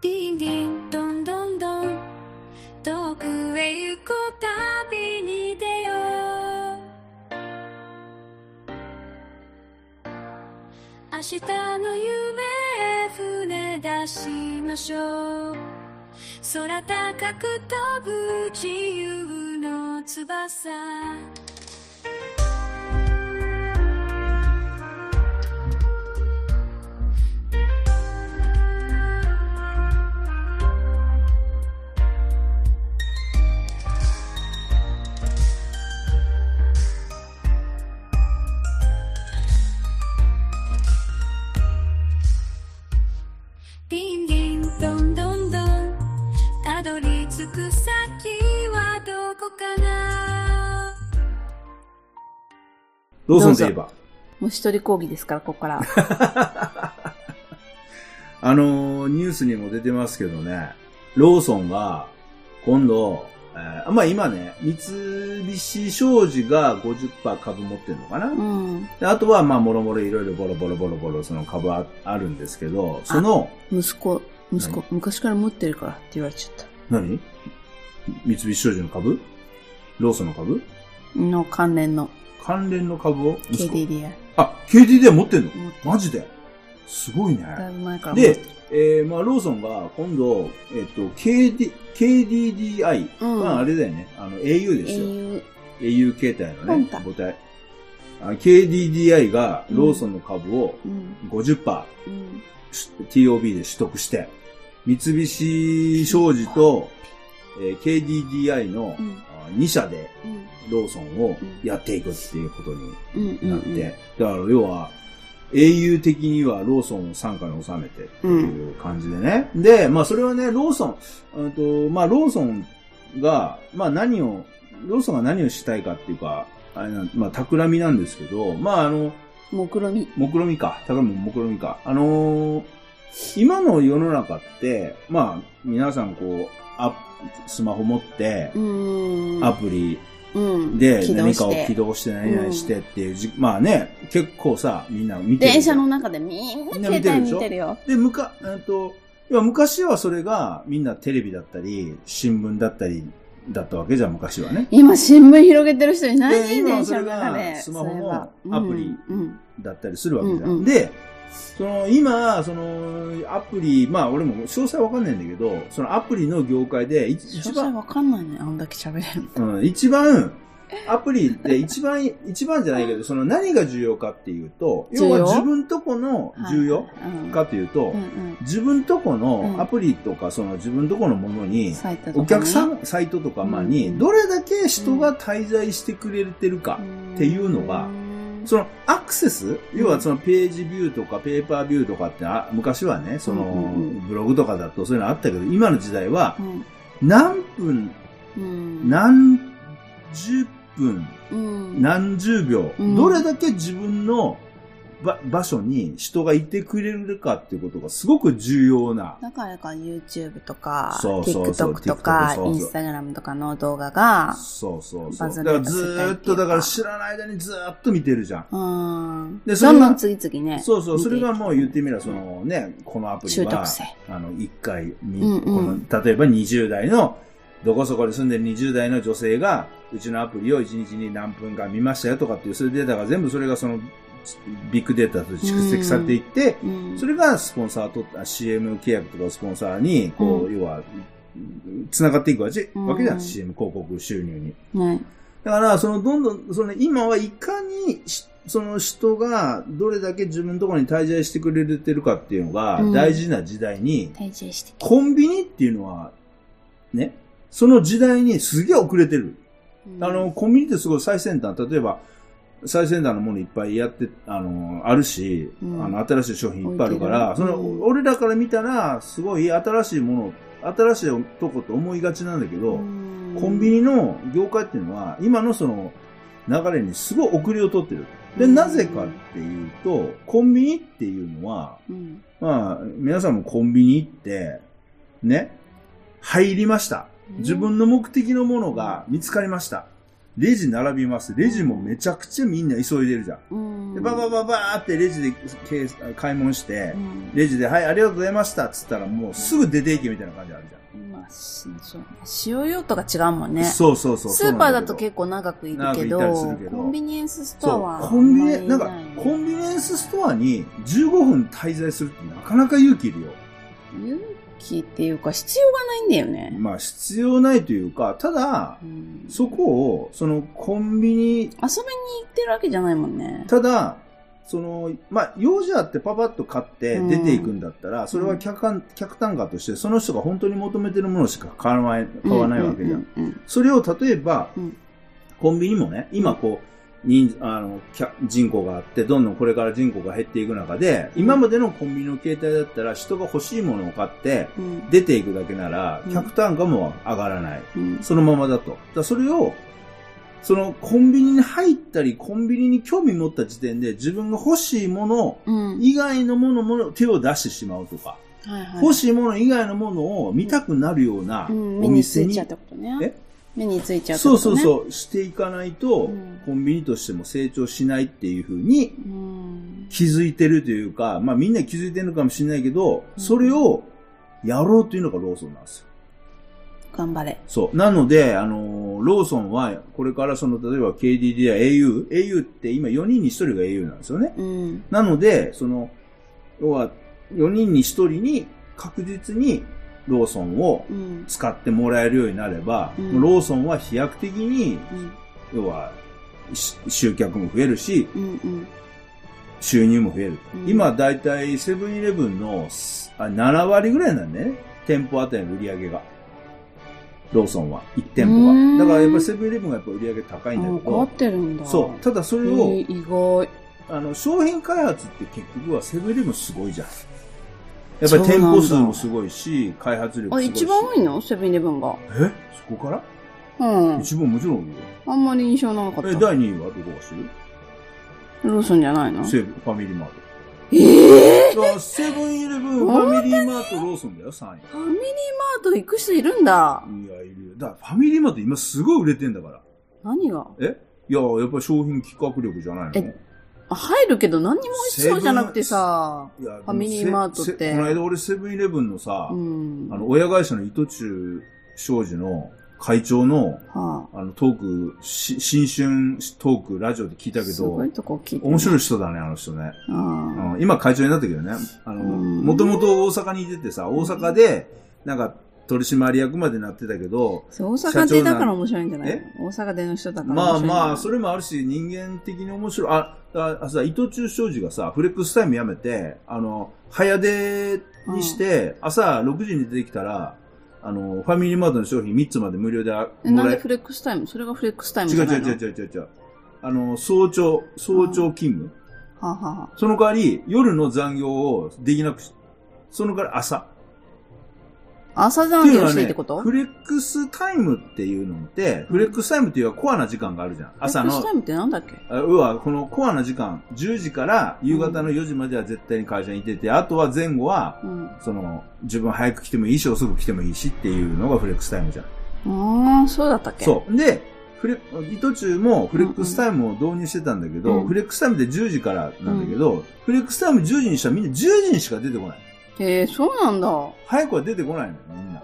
Speaker 4: リンリンどんどんどん遠くへ行くたびに出よう明日の夢へ船出しましょう空高く飛ぶ自由の翼リンリンどんどんどんたどり着く先はどこかな
Speaker 2: ローソンといえば、
Speaker 1: もう一人講義ですから、ここから。
Speaker 2: あのーニュースにも出てますけどね、ローソンが、今度、えーまあ今ね、三菱商事が50%株持ってるのかな、
Speaker 1: うん。
Speaker 2: であとはまあもろもろいろいろボロボロボロボロその株ああるんですけど、その、
Speaker 1: 息子、息子、昔から持ってるからって言われちゃった。
Speaker 2: 何三菱商事の株ローソンの株
Speaker 1: の関連の
Speaker 2: 関連の株を息子
Speaker 1: KDDI。
Speaker 2: あ、KDDI 持ってんの
Speaker 1: 持っ
Speaker 2: マジですごいね。
Speaker 1: だいぶ前から持って
Speaker 2: で、えーまあ、ローソンが今度、えっ、と、KD、KDDI。
Speaker 1: うん
Speaker 2: まあ、あれだよね。あの、au ですよ。
Speaker 1: au
Speaker 2: au 携帯の
Speaker 1: 本
Speaker 2: ね、
Speaker 1: 体
Speaker 2: 母体。あ KDDI がローソンの株を
Speaker 1: うん
Speaker 2: 50%、
Speaker 1: うん
Speaker 2: TOB で取得して、三菱商事と、えー KDDI の
Speaker 1: うん
Speaker 2: 2社で
Speaker 1: うん
Speaker 2: ローソンをやっていくっていうことに
Speaker 1: うんうん
Speaker 2: なって、だから要は、英雄的にはローソンを傘下に収めてっていう感じでね。で、まあそれはね、ローソン、うんとまあローソンが、まあ何を、ローソンが何をしたいかっていうか、あれなん、まあ企みなんですけど、まああの、
Speaker 1: 目論み
Speaker 2: 目論みか、企みも目論みか。あのー今の世の中って、まあ皆さんこう、アップスマホ持って
Speaker 1: う、ーん
Speaker 2: アプリ、
Speaker 1: うん
Speaker 2: で、
Speaker 1: 起動
Speaker 2: 何かを
Speaker 1: して
Speaker 2: 起動して何々してっていうじ、まあね、結構さ、みんな見てる。
Speaker 1: 電車の中でみん
Speaker 2: みん
Speaker 1: な
Speaker 2: な見
Speaker 1: 携
Speaker 2: てるで
Speaker 1: 帯
Speaker 2: し
Speaker 1: 見
Speaker 2: ょ
Speaker 1: てるよ
Speaker 2: で、むか、えっと、いや昔はそれがみんなテレビだったり、新聞だったりだったわけじゃん、昔はね。
Speaker 1: 今新聞広げてる人いない
Speaker 2: で
Speaker 1: ね
Speaker 2: 今
Speaker 1: 電
Speaker 2: そ
Speaker 1: 車
Speaker 2: れ
Speaker 1: の
Speaker 2: が
Speaker 1: 中で
Speaker 2: スマホの
Speaker 1: そういえば
Speaker 2: アプリ
Speaker 1: うんうん
Speaker 2: だったりするわけじゃん。
Speaker 1: うんうん
Speaker 2: で、その今、そのアプリ、まあ俺も詳細わかんないんだけど、そのアプリの業界で
Speaker 1: 詳
Speaker 2: い一
Speaker 1: 細
Speaker 2: 番、
Speaker 1: わかんないねあんだけ喋れる
Speaker 2: うん、一番、アプリで一番、一番じゃないけど、その何が重要かっていうと、要
Speaker 1: 重
Speaker 2: は
Speaker 1: 要
Speaker 2: 自分とこの重要
Speaker 1: はい
Speaker 2: かというと、
Speaker 1: うんうん
Speaker 2: 自分とこ
Speaker 1: う
Speaker 2: の
Speaker 1: ん
Speaker 2: アプリとか、その自分とこのもの
Speaker 1: うん
Speaker 2: に、
Speaker 1: サイトとかね
Speaker 2: お客さん、サイトとかまあ
Speaker 1: う
Speaker 2: に、
Speaker 1: ん
Speaker 2: どれだけ人が滞在してくれてるか、っていうのが
Speaker 1: うん
Speaker 2: そのアクセス、要はそのページビューとかペーパービューとかってあ昔はね、そ
Speaker 1: うん
Speaker 2: の
Speaker 1: うんう
Speaker 2: ブログとかだとそういうのあったけど、今の時代は
Speaker 1: うん
Speaker 2: 何分、
Speaker 1: うん
Speaker 2: 何十分、
Speaker 1: うん
Speaker 2: 何十秒
Speaker 1: うん、
Speaker 2: どれだけ自分のば場所に人がいてくれるかっていうことがすごく重要な。
Speaker 1: だからか YouTube とか、
Speaker 2: そうそうそう
Speaker 1: TikTok とか
Speaker 2: TikTok そうそう
Speaker 1: Instagram とかの動画が、
Speaker 2: そうそうそ
Speaker 1: バ
Speaker 2: う。
Speaker 1: ズる
Speaker 2: だか
Speaker 1: よ
Speaker 2: ら
Speaker 1: うな
Speaker 2: ず
Speaker 1: 世界っていうか
Speaker 2: ーっと、だから知らない間にずーっと見てるじゃん。
Speaker 1: うん。
Speaker 2: でそ
Speaker 1: ど
Speaker 2: れ
Speaker 1: ん
Speaker 2: が
Speaker 1: どん次々ね。
Speaker 2: そうそう、
Speaker 1: 見て
Speaker 2: そ
Speaker 1: いく
Speaker 2: れがもう言ってみれば、そのね、このアプリ
Speaker 1: 習
Speaker 2: は
Speaker 1: 得性、
Speaker 2: あの、一回に、
Speaker 1: うんうん
Speaker 2: この、例えば20代の、どこそこに住んでる20代の女性が、うちのアプリを1日に何分間見ましたよとかっていう、そういうデータが全部それがその、ビッグデータとして蓄積されていって、
Speaker 1: うん
Speaker 2: そ。れがスポンサーと、あ CM 契約とかスポンサーに、こう、
Speaker 1: う
Speaker 2: 要は、繋がっていくわけ
Speaker 1: うん
Speaker 2: わけじゃん、CM 広告収入に。
Speaker 1: ね。
Speaker 2: だから、そのどんどん、その今はいかにし、その人がどれだけ自分のところに滞在してくれてるかっていうのが
Speaker 1: うん
Speaker 2: 大事な時代に、
Speaker 1: 体重してきて。
Speaker 2: コンビニっていうのは、ね、その時代にすげえ遅れてる。
Speaker 1: うん
Speaker 2: あの、、コンビニってすごい最先端、例えば、最先端のものいっぱいやって、あの、あるし、
Speaker 1: うん
Speaker 2: あの、新しい商品いっぱいあるから、
Speaker 1: 置いて
Speaker 2: そ
Speaker 1: る
Speaker 2: の、
Speaker 1: うん
Speaker 2: 俺らから見たら、すごい新しいもの、新しいとこと思いがちなんだけど、コンビ
Speaker 1: ニ
Speaker 2: ニの業界っていうのは、今のその流れにすごい遅れを取ってる。で、
Speaker 1: うん
Speaker 2: なぜかっていうと、コンビニっていうのは、
Speaker 1: うん。
Speaker 2: まあ、皆さんもコンビニ行って、ね、入りました。自分の目的のものが見つかりました。レジ並びます。レジもめちゃくちゃみんな急いでるじゃん。
Speaker 1: うん。
Speaker 2: で、ババババーってレジでケース買い物して
Speaker 1: う、ん。
Speaker 2: レジで、はい、ありがとうございましたっつったら、もうすぐ出ていけみたいな感じあるじゃん。
Speaker 1: まあ、しそう使用用途が違うもんね。
Speaker 2: そうそうそう。
Speaker 1: スーパーだと結構長くいるけど、
Speaker 2: 長くいたりするけど
Speaker 1: コンビニエンスストア
Speaker 2: そう
Speaker 1: は、
Speaker 2: コンビニエ
Speaker 1: あ
Speaker 2: ン、
Speaker 1: ま
Speaker 2: な
Speaker 1: り
Speaker 2: んか、コ
Speaker 1: い
Speaker 2: ンビニエンスストアに15分滞在するってなかなか勇気いるよ。
Speaker 1: 勇気っていうか、必要がないんだよね。
Speaker 2: まあ、必要ないというか、ただ
Speaker 1: う、ん
Speaker 2: そこを、そのコンビ
Speaker 1: 遊
Speaker 2: ニ、
Speaker 1: びに行ってるわけじゃないもんね。
Speaker 2: ただ、その、まあ、用事あってパパッと買って
Speaker 1: うん
Speaker 2: 出ていくんだったら、それは客観客単価として、その人が本当に求めてるものしか買わない、買わないわけじゃん。
Speaker 1: うんうん
Speaker 2: それを例えば、
Speaker 1: うん
Speaker 2: コンビニもね、今こう、人あの客人口があって、どんどんこれから人口が減っていく中で、
Speaker 1: うん
Speaker 2: 今までのコンビニの形態だったら人が欲しいものを買って
Speaker 1: うんうん
Speaker 2: 出ていくだけなら
Speaker 1: う、ん
Speaker 2: 客単価も上がらない。
Speaker 1: うん
Speaker 2: そのままだと。だからそれを、そのコンビニに入ったり、コンビニに興味持った時点で自分が欲しいもの
Speaker 1: うん
Speaker 2: 以外のものも手を出してしまうとか、
Speaker 1: はいはい
Speaker 2: 欲しいもの以外のものを見たくなるような
Speaker 1: うん
Speaker 2: お
Speaker 1: 目につ
Speaker 2: 店
Speaker 1: い
Speaker 2: に
Speaker 1: ちゃうってことね。
Speaker 2: え
Speaker 1: 目についちゃうって
Speaker 2: そ
Speaker 1: こ
Speaker 2: うそ
Speaker 1: と
Speaker 2: う
Speaker 1: ね。う
Speaker 2: そう、していかないと、
Speaker 1: うん
Speaker 2: コンビニとしても成長しないっていうふうに
Speaker 1: そう。ん。
Speaker 2: 気づいてるというか、まあみんな気づいてるのかもしれないけど、
Speaker 1: うん
Speaker 2: それをやろうというのがローソンなんですよ。
Speaker 1: 頑張れ。
Speaker 2: そう。なので、あのーローソンは、これからその、例えば KDD や au、au って今4人に1人が au なんですよね。
Speaker 1: うん。
Speaker 2: なので、その、要は4人に1人に確実にローソンを
Speaker 1: うん。
Speaker 2: 使ってもらえるようになれば、
Speaker 1: うん
Speaker 2: ローソンは飛躍的に
Speaker 1: うん。
Speaker 2: 要は、し集客も増えるし、
Speaker 1: うん。うん。
Speaker 2: 収入も増える。
Speaker 1: うん
Speaker 2: 今、だいたいセブンイレブンのすあ7割ぐらいなんだよね。店舗あたりの売り上げが。ローソンは、1店
Speaker 1: う
Speaker 2: 舗
Speaker 1: ーん
Speaker 2: が。だからやっぱりセブンイレブンがやっぱ売り上げ高いんだ
Speaker 1: あ
Speaker 2: け
Speaker 1: 変わっ
Speaker 2: ど、
Speaker 1: てるんだ。
Speaker 2: そう。ただそ
Speaker 1: え
Speaker 2: れを、
Speaker 1: ー。意外。
Speaker 2: あの、商品開発って結局はセブンイレブンすごいじゃん。やっぱり店舗数もすごいし、開発力す
Speaker 1: あ、
Speaker 2: ごいし。
Speaker 1: 一番多いのセブンイレブンが。
Speaker 2: えそこから、
Speaker 1: うん。
Speaker 2: 一番もちろん多いよ。
Speaker 1: あんまり印象なか
Speaker 2: え、
Speaker 1: った。
Speaker 2: 第2位はどこがしてる
Speaker 1: ローソンじゃないの
Speaker 2: セブン、ファミリーマート。
Speaker 1: ええ
Speaker 2: だからセブンイレブン、ファミリーマート、ローソンだよ、3
Speaker 1: ファミリーマート行く人いるんだ。
Speaker 2: 位。いや、いるよ。だからファミリーマート今すごい売れてんだから。
Speaker 1: 何が
Speaker 2: えいや、やっぱり商品企画力じゃないの
Speaker 1: えあ入るけど何にも美味しそうじゃなくてさ。
Speaker 2: いや
Speaker 1: ファミリーマートって
Speaker 2: でもせせこの間俺セブンイレブンのさ、
Speaker 1: うん。
Speaker 2: あの、親会社の糸中商事の会長の、
Speaker 1: は
Speaker 2: あの、トーク、し新春トーク、ラジオで聞い
Speaker 1: あ、
Speaker 2: たけ
Speaker 1: すご
Speaker 2: ど
Speaker 1: い、とこ聞いてる。
Speaker 2: 面白い人だね、あの人ね。
Speaker 1: ああ
Speaker 2: うん今会長になったけどね、あの、
Speaker 1: うん
Speaker 2: もともと大阪にいててさ、大阪で、なんか取締役までなってたけど、
Speaker 1: そう大阪でだから面白いんじゃない
Speaker 2: え
Speaker 1: 大阪での人だから面
Speaker 2: ま
Speaker 1: 白
Speaker 2: あ
Speaker 1: いんじゃない。
Speaker 2: まあ、それもあるし、人間的に面白い。あ、ああさ、伊藤忠商事がさ、フレックスタイムやめて、あの、早出にして、朝6時に出てきたら、あの、ファミリーマートの商品3つまで無料であ
Speaker 1: え
Speaker 2: も
Speaker 1: なん
Speaker 2: ら
Speaker 1: で
Speaker 2: え
Speaker 1: フレックスタイムそれがフレックスタイム
Speaker 2: 違
Speaker 1: じ
Speaker 2: う
Speaker 1: ゃな
Speaker 2: 違
Speaker 1: いうの
Speaker 2: 違う違う違う違う。あの、早朝、早朝勤務。
Speaker 1: はあ、はあはあ、
Speaker 2: その代わり、夜の残業をできなくし、その代わり朝。
Speaker 1: あ朝残
Speaker 2: っていう
Speaker 1: 業
Speaker 2: のは
Speaker 1: して
Speaker 2: ね
Speaker 1: ってこと
Speaker 2: フレックスタイムっていうのって、フレックスタイムっていうかコアな時間があるじゃん。朝
Speaker 1: フレックス
Speaker 2: の
Speaker 1: タイ、ムってなんだっけ
Speaker 2: あうわ、このコアな時間、10時から夕方の4時までは絶対に会社にいてて、あとは前後は、
Speaker 1: うん。
Speaker 2: その、自分早く来てもいいし、遅く来てもいいしっていうのがフレックスタイムじゃん。
Speaker 1: ああ、そうだったっけ
Speaker 2: そう。で、フレ、途中もフレックスタイムを導入してたんだけど、
Speaker 1: うんうん
Speaker 2: フレックスタイムって10時からなんだけど、フレックスタイム10時にしたらみんな10時にしか出てこない。
Speaker 1: へえ、そうなんだ。
Speaker 2: 早くは出てこないのよ、みんな。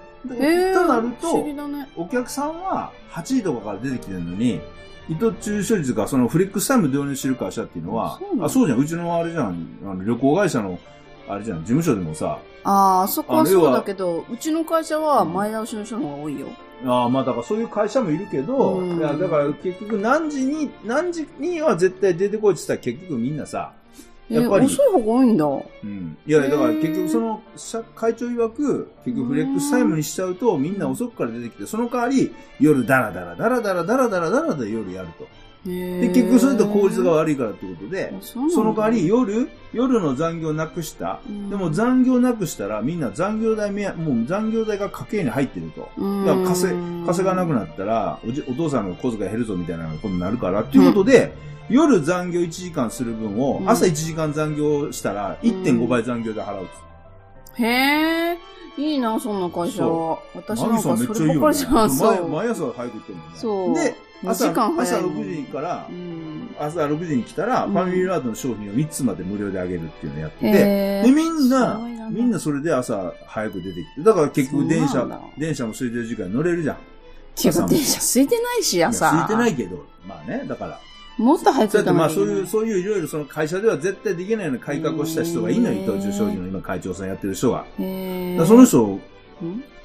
Speaker 1: へ
Speaker 2: で
Speaker 1: え。
Speaker 2: となる
Speaker 1: 不思
Speaker 2: と
Speaker 1: 議、だね。
Speaker 2: お客さんは8時とかから出てきてるのに、糸中処理とか、そのフレックスタイム導入してる会社っていうのは、
Speaker 1: そうなの
Speaker 2: あ、そうじゃん、うちのあれじゃん、あの旅行会社の、あれじゃん、事務所でもさ、
Speaker 1: ああ、あそこは
Speaker 2: あれは
Speaker 1: そうだけど、うちの会社は前倒しの人の方が多いよ。
Speaker 2: ああ、まあだからそういう会社もいるけど、
Speaker 1: うん
Speaker 2: いやだから結局何時に、何時には絶対出てこいって言ったら結局みんなさ、
Speaker 1: え、
Speaker 2: やっぱり
Speaker 1: 遅い方が多いんだ。
Speaker 2: うん。いや、だから結局その社会長曰く、結局フレックスタイムにしちゃうとみんな遅くから出てきて、その代わり夜ダラダラダラダラダラダラダラで夜やると。
Speaker 1: で
Speaker 2: で、結局それと効率が悪いからってことで、
Speaker 1: そ
Speaker 2: その代わり、夜、夜の残業なくした。でも残業なくしたらみんな残業代め、もう残業代が家計に入ってると。だから稼稼がなく
Speaker 1: な
Speaker 2: なったらおじ、お父さんの小遣い減るぞみたいなことになるからっていうことで、夜残業1時間する分を、
Speaker 1: うん
Speaker 2: 朝1時間残業したら1.5
Speaker 1: うん
Speaker 2: 倍残業で払うっつって。
Speaker 1: へえ、いいな、そんな会社は。私な
Speaker 2: マ
Speaker 1: ん
Speaker 2: ギさ
Speaker 1: か
Speaker 2: んめっ
Speaker 1: そ
Speaker 2: ちゃいい
Speaker 1: ればっか
Speaker 2: よ
Speaker 1: り
Speaker 2: ね。
Speaker 1: じゃん、そ
Speaker 2: 毎
Speaker 1: う。
Speaker 2: 毎朝早く行ってるもんね。
Speaker 1: そう
Speaker 2: で、朝
Speaker 1: 二時間早い
Speaker 2: 朝6時から
Speaker 1: う、ん
Speaker 2: 朝6時に来たら、
Speaker 1: うん
Speaker 2: ファミリーラートの商品を3つまで無料であげるっていうのをやってて、
Speaker 1: へ
Speaker 2: で、
Speaker 1: え。
Speaker 2: みんな
Speaker 1: すごいな、
Speaker 2: みんなそれで朝早く出てきて、だから結局電
Speaker 1: そうな
Speaker 2: 車
Speaker 1: んだ、
Speaker 2: 電車も空いてる時間に乗れるじゃん。
Speaker 1: ていう
Speaker 2: 朝
Speaker 1: か
Speaker 2: も
Speaker 1: 電車空いてないし、
Speaker 2: いや
Speaker 1: 朝。
Speaker 2: 空いてないけど、まあね、だから。
Speaker 1: もっと早く
Speaker 2: そうやってまあ
Speaker 1: 行
Speaker 2: そう
Speaker 1: かなきゃ
Speaker 2: いう、
Speaker 1: いけ
Speaker 2: そういういろいろその会社では絶対できないような改革をした人がいいのよ、
Speaker 1: へ
Speaker 2: 伊
Speaker 1: ー
Speaker 2: 藤忠商事の今会長さんやってる人が。
Speaker 1: ないへえ
Speaker 2: だからその人、
Speaker 1: ん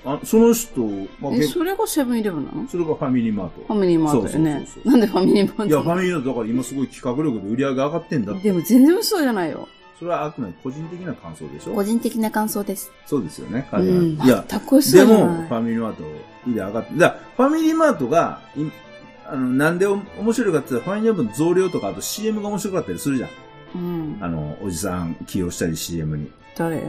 Speaker 2: あその人、まあ、
Speaker 1: え、
Speaker 2: 結
Speaker 1: それがセブンイレブンなの
Speaker 2: それがファミリーマー
Speaker 1: ファ
Speaker 2: ト。
Speaker 1: ミリーマートで
Speaker 2: そう
Speaker 1: ね
Speaker 2: そうそう。そう
Speaker 1: なんでファミリーマ
Speaker 2: いや、
Speaker 1: ー
Speaker 2: フ
Speaker 1: ト
Speaker 2: ァミリーマートだから今すごい企画力で売り上げ上がってんだって。
Speaker 1: でも全然嘘じゃないよ。
Speaker 2: それはあくまで個人的な感想でしょ
Speaker 1: 個人的な感想です。
Speaker 2: そうですよね。
Speaker 1: う
Speaker 2: 彼は
Speaker 1: ん。
Speaker 2: いや、
Speaker 1: 全く嘘じ
Speaker 2: で
Speaker 1: ゃ
Speaker 2: も、フ
Speaker 1: ない。
Speaker 2: ァミリーマート、売り上がって、だからファミリーマートが、いあの、なんでお面白いかって言ったら、ファミリーマートの増量とか、あと CM が面白かったりするじゃん。
Speaker 1: うん
Speaker 2: あ。の、おじさん起用したり CM に。
Speaker 1: 誰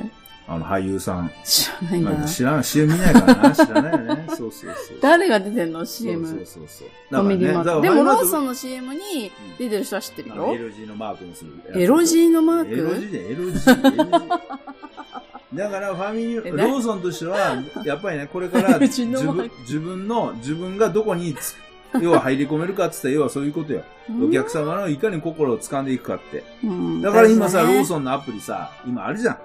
Speaker 2: あの、俳優さん。
Speaker 1: 知らない
Speaker 2: まあ
Speaker 1: な。
Speaker 2: 知らん、CM 見ないから な。知らないよね。そうそうそう。
Speaker 1: 誰が出てんの
Speaker 2: そう
Speaker 1: ?CM。
Speaker 2: そうそうそう。
Speaker 1: ファミリーマート。でも、ローソン
Speaker 2: の、
Speaker 1: の CM に出てる人は知ってる
Speaker 2: あの
Speaker 1: よ
Speaker 2: エ。ロジーのマークのする。
Speaker 1: エロジーのマーク
Speaker 2: エロジーで、エロジー。エロジーだからファミリー、
Speaker 1: え
Speaker 2: ローソンとしては、やっぱりね、これから
Speaker 1: う
Speaker 2: 自
Speaker 1: ちの
Speaker 2: 分自分の、自分がどこにつ、 要は入り込めるかって言ったら、要はそういうことよ。お客様のいかに心を掴んでいくかって。
Speaker 1: うん
Speaker 2: だから今さ、
Speaker 1: 大
Speaker 2: ロ
Speaker 1: 事だね
Speaker 2: ーソンのアプリさ、今あるじゃん。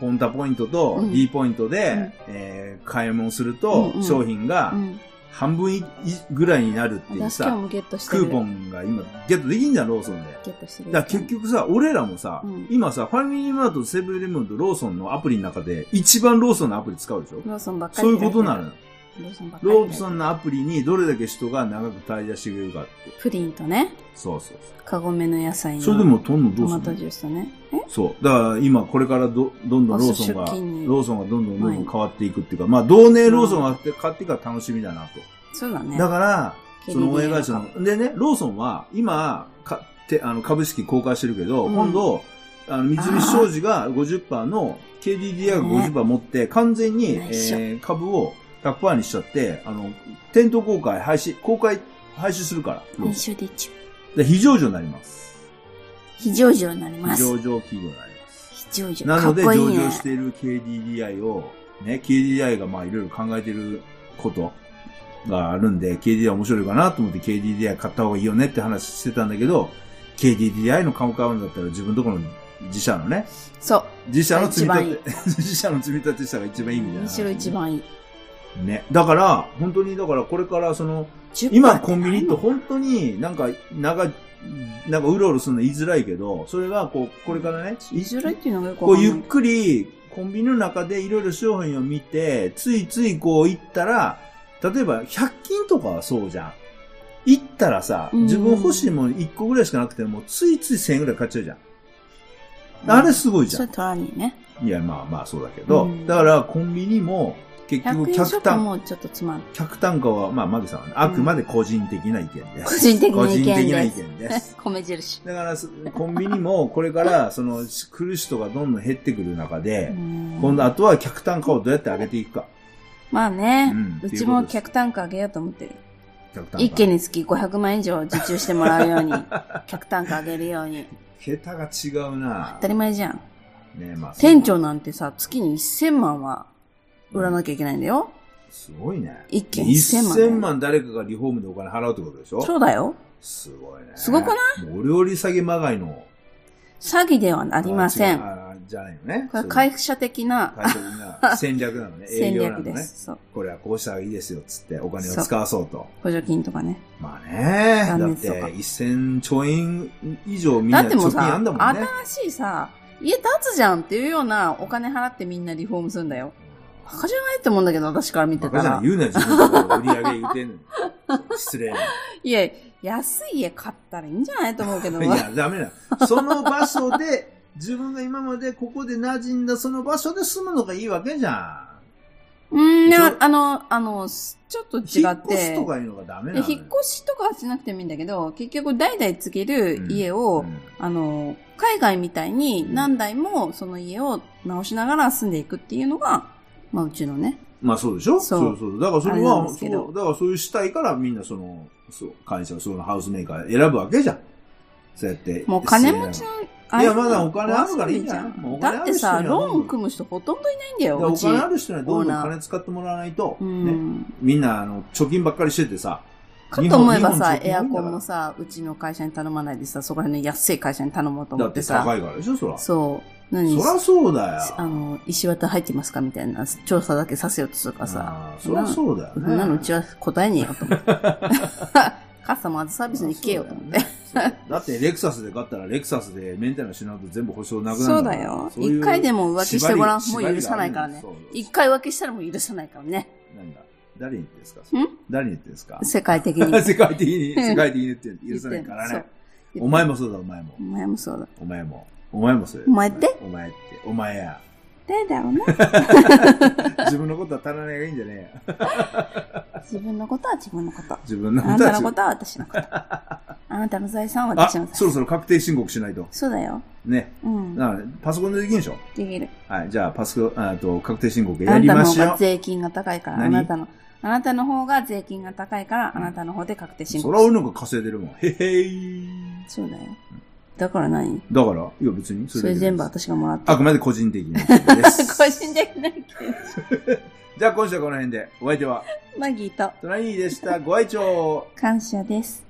Speaker 2: ポンタポイントと
Speaker 1: うん
Speaker 2: D ポイントで、
Speaker 1: うん
Speaker 2: えー買い物すると
Speaker 1: うんうん
Speaker 2: 商品が
Speaker 1: うん
Speaker 2: 半分いぐらいになるっていう
Speaker 1: 私今
Speaker 2: さ
Speaker 1: 日、もゲットして
Speaker 2: ク
Speaker 1: る。
Speaker 2: ーポンが今ゲットできんじゃん、ローソンで。
Speaker 1: ゲットしてる。
Speaker 2: だから結局さ、俺らもさ、
Speaker 1: うん
Speaker 2: 今さ、ファミリーマート、セブンイレブンとローソンのアプリの中で、一番ローソンのアプリ使うでしょ
Speaker 1: ローソンばっかり
Speaker 2: そういうことなのよ。
Speaker 1: ローソンばっかり
Speaker 2: ローソンのアプリにどれだけ人が長く滞在してくれるかって。
Speaker 1: プリンとね、
Speaker 2: そうそう
Speaker 1: カゴメの野菜
Speaker 2: そう。
Speaker 1: の
Speaker 2: それでも、とんどん
Speaker 1: ト
Speaker 2: どうす
Speaker 1: マ
Speaker 2: んの
Speaker 1: トジュースとね。え
Speaker 2: そう。だから今これからどどんどんローソンが、
Speaker 1: あそう出
Speaker 2: ロ
Speaker 1: 勤に
Speaker 2: ーソンがどんどんどんどん変わっていくっていうか、まあ同年ローソンが買って買ってから楽しみだなと。
Speaker 1: そうだね。
Speaker 2: だから、
Speaker 1: KDDI
Speaker 2: その親会社の、でね、ローソンは今、かてあの株式公開してるけど、
Speaker 1: うん
Speaker 2: 今度、あの、三菱商事が50%の、KDDI が50%持って、完全に、え
Speaker 1: 内緒
Speaker 2: ー株を100%にしちゃって、あの、店頭公開、廃止、公開、廃止するから、ロー
Speaker 1: 一
Speaker 2: ソ
Speaker 1: 緒で一応
Speaker 2: ンで非上場になります。
Speaker 1: 非常上になりま
Speaker 2: 非
Speaker 1: す。
Speaker 2: 上場企業になります。
Speaker 1: 非常上。
Speaker 2: な
Speaker 1: か
Speaker 2: の
Speaker 1: っ
Speaker 2: で、
Speaker 1: こい
Speaker 2: 上
Speaker 1: い
Speaker 2: 場
Speaker 1: ね
Speaker 2: し。ている KDDI を、ね、KDDI がまあいろいろ考えてることがあるんで、KDDI 面白いかなと思って KDDI 買った方がいいよねって話してたんだけど、KDDI の株買うんだったら自分とこの自社のね、
Speaker 1: そう。
Speaker 2: 自社の積み
Speaker 1: 一
Speaker 2: 立て、 自社の積み立てしたが一番いいみたいな。
Speaker 1: むしろ一。番いい。
Speaker 2: ね。だから、本当にだからこれからその、
Speaker 1: 10
Speaker 2: 今コンビニって本当になんか、なんか、なんかうろうろするの言いづらいけど、それがこう、これからね、
Speaker 1: いずれっていうのがよく
Speaker 2: こ
Speaker 1: わ
Speaker 2: う
Speaker 1: かんな
Speaker 2: ゆ
Speaker 1: い
Speaker 2: っくりコンビニの中でいろいろ商品を見て、ついついこう行ったら、例えば100均とかはそうじゃん。行ったらさ、
Speaker 1: うん
Speaker 2: 自分欲しいもの1個ぐらいしかなくても、ついつい1000円ぐらい買っちゃうじゃん。あれすごいじ
Speaker 1: そ
Speaker 2: ゃ
Speaker 1: れ
Speaker 2: ん。
Speaker 1: 取らにね。
Speaker 2: いや、まあまあそうだけど、
Speaker 1: うん
Speaker 2: だからコンビニも、結
Speaker 1: 100
Speaker 2: 局
Speaker 1: 円ショ
Speaker 2: 客
Speaker 1: ップ
Speaker 2: 単、
Speaker 1: もちょっとつまんない。
Speaker 2: 客単価は、まあ、マギさんはね、あくまで個人的な意見で
Speaker 1: 個
Speaker 2: す。
Speaker 1: 人的
Speaker 2: 個
Speaker 1: な意
Speaker 2: 人的な意
Speaker 1: 見です。
Speaker 2: 見です。
Speaker 1: 米印。
Speaker 2: だから、そコンビニもこれから、その、来る人がどんどん減ってくる中で、今
Speaker 1: 今
Speaker 2: 度、あとは客単価をどうやって上げていくか。
Speaker 1: まあね、
Speaker 2: うん
Speaker 1: うちも客単価上げようと思ってる。
Speaker 2: 客単価。
Speaker 1: 一件につき500万円以上受注してもらうよう に、客単価上げるように。
Speaker 2: 桁が違うな
Speaker 1: 当たり前じゃん。
Speaker 2: ねまあ、
Speaker 1: 店長なんてさ、月に1000万は売らなきゃいけないんだよ。
Speaker 2: すごいね。
Speaker 1: 一件
Speaker 2: 1000
Speaker 1: 1000
Speaker 2: 万
Speaker 1: 万。
Speaker 2: 誰かがリフォームでお金払うってことでしょ
Speaker 1: そうだよ。
Speaker 2: すごいね。
Speaker 1: すごくない
Speaker 2: もうお料理下げまがいの。
Speaker 1: 詐欺ではあ
Speaker 2: あ
Speaker 1: りませ。
Speaker 2: 違うんあじゃないよね。
Speaker 1: これ
Speaker 2: 会
Speaker 1: 会社的な
Speaker 2: 会社 的な戦略なのね。営
Speaker 1: 戦
Speaker 2: 業なの
Speaker 1: 略で
Speaker 2: ね。
Speaker 1: す。そう。
Speaker 2: これはこうしたらいいですよ、つってお金を使わそうと。
Speaker 1: 補助金とかね。
Speaker 2: まあね。だ
Speaker 1: 断
Speaker 2: っ
Speaker 1: 熱
Speaker 2: て
Speaker 1: とか
Speaker 2: 1000兆円以上みん
Speaker 1: だ
Speaker 2: な
Speaker 1: って
Speaker 2: 貯
Speaker 1: もう
Speaker 2: 金あ
Speaker 1: さ、
Speaker 2: んだもんね。
Speaker 1: 新しいさ、家建つじゃんっていうようなお金払ってみんなリフォームするんだよ。バカじゃないって思うんだけど、私から見て
Speaker 2: バ
Speaker 1: た
Speaker 2: カじゃ
Speaker 1: ら
Speaker 2: ん。。言うな、自分のこと売り上げ言うてん のに。失礼な。
Speaker 1: いや、安い家買ったらいいんじゃないと思うけど。
Speaker 2: いや、ダメだ。その場所で、自分が今までここで馴染んだその場所で住むのがいいわけじゃ
Speaker 1: うん、
Speaker 2: ちょ
Speaker 1: なあの、あの、すちょっと違
Speaker 2: ん。引っ
Speaker 1: っ
Speaker 2: 越す
Speaker 1: て
Speaker 2: と、かいうのがダメ
Speaker 1: で
Speaker 2: なのよ
Speaker 1: 引っ越しとかはしなくてもいいんだけど、結局代々継げる家を、
Speaker 2: うん
Speaker 1: あの、海外みたいに何台もその家を直しながら住んでいくっていうのが、まあうちのね。
Speaker 2: まあそうでしょ
Speaker 1: そ
Speaker 2: そ
Speaker 1: うう
Speaker 2: そうだからそれ
Speaker 1: あれなん
Speaker 2: は、
Speaker 1: ですけど
Speaker 2: そうだからそういうしたいからみんなその、そう、会社、そのハウスメーカー選ぶわけじゃん。そうやって。
Speaker 1: もう金持ちの、あ
Speaker 2: いや
Speaker 1: れ
Speaker 2: まだお金あるからいいんじゃないもうお金
Speaker 1: だ
Speaker 2: あ
Speaker 1: っ
Speaker 2: る
Speaker 1: て
Speaker 2: 人に
Speaker 1: さ、
Speaker 2: は
Speaker 1: ローン組む人ほとんどいないんだ
Speaker 2: だ
Speaker 1: よ、
Speaker 2: から
Speaker 1: う
Speaker 2: お
Speaker 1: ち。
Speaker 2: 金ある人にはどん
Speaker 1: オ
Speaker 2: ど
Speaker 1: ー
Speaker 2: ん
Speaker 1: ナー
Speaker 2: 金使ってもらわないと、
Speaker 1: う
Speaker 2: ね、
Speaker 1: ん。
Speaker 2: みんなあの貯金ばっかりしててさ、
Speaker 1: かと思えばさ、
Speaker 2: 日本
Speaker 1: エア
Speaker 2: 日本
Speaker 1: コ
Speaker 2: 貯金多いんだから
Speaker 1: ンもさ、うちの会社に頼まないでさ、そこら辺の安い会社に頼もうと
Speaker 2: だ
Speaker 1: 思
Speaker 2: っ
Speaker 1: って
Speaker 2: て
Speaker 1: さ、
Speaker 2: 高いからでしょ、そら。そ
Speaker 1: そう。何
Speaker 2: らそうだよ。
Speaker 1: あの、石綿入ってますかみたいな調査だけさせようとするからさ、
Speaker 2: あーそりゃそうだよ
Speaker 1: そ
Speaker 2: ね。
Speaker 1: んなのうちは答えねえよと 思って。カスタマーズサービスに行けよと思って。
Speaker 2: そうだよね。だってレクサスで買ったらレクサスでメンテナンスしないと全部保証なくなる
Speaker 1: そうん
Speaker 2: か
Speaker 1: だ
Speaker 2: ら
Speaker 1: よ。
Speaker 2: そういう
Speaker 1: 一回でも浮気してごらん。も
Speaker 2: 縛
Speaker 1: う
Speaker 2: り
Speaker 1: 許さないからね
Speaker 2: 縛りがある。んだよそう
Speaker 1: 一回浮気したらもう許さないからね。
Speaker 2: 何だ誰に言ってんですか
Speaker 1: ん
Speaker 2: 誰に言ってんですか。
Speaker 1: 世界的に
Speaker 2: 世界的に、世界的に言って許さないからね。
Speaker 1: そう。
Speaker 2: お前もそうだ、お前も
Speaker 1: お。前もそうだ。
Speaker 2: お前も。お前もそうだよ
Speaker 1: お前って
Speaker 2: お前って。お前や。
Speaker 1: 誰だ ろうな。
Speaker 2: 自分のことは足らないがいいんじゃねえよ。
Speaker 1: 自分のことは自分の こと。
Speaker 2: 自分の
Speaker 1: あ
Speaker 2: ことは
Speaker 1: なたのこと
Speaker 2: は。
Speaker 1: は私のこと。あなたの財産は
Speaker 2: あ、
Speaker 1: 私の財
Speaker 2: そろ
Speaker 1: 産。
Speaker 2: そろ確定申告しないと。
Speaker 1: そうだよ。
Speaker 2: ね。
Speaker 1: うん。で
Speaker 2: だからパソコンでできるんでしょ
Speaker 1: きる。
Speaker 2: はい。じゃあ、パソコン、あと、確定申告や
Speaker 1: あ
Speaker 2: り
Speaker 1: なた
Speaker 2: ま
Speaker 1: の方
Speaker 2: しょ
Speaker 1: が
Speaker 2: う。
Speaker 1: 税金が高いから、あ
Speaker 2: 何
Speaker 1: なたの。あなたの方が税金が高いから、あなたの方で確定申
Speaker 2: そ
Speaker 1: 告。
Speaker 2: ら俺の方が稼いでるもん。へへい。
Speaker 1: そうだよ。だから何
Speaker 2: だから、いや別に。
Speaker 1: そ
Speaker 2: だ
Speaker 1: れ
Speaker 2: けです
Speaker 1: 全部私がもらった。
Speaker 2: あくまで個人的な意見です。
Speaker 1: 個人的な意見。
Speaker 2: じゃあ今週はこの辺で、お相手は、
Speaker 1: マギーと
Speaker 2: トラニーでした。ご愛聴
Speaker 1: 感謝です。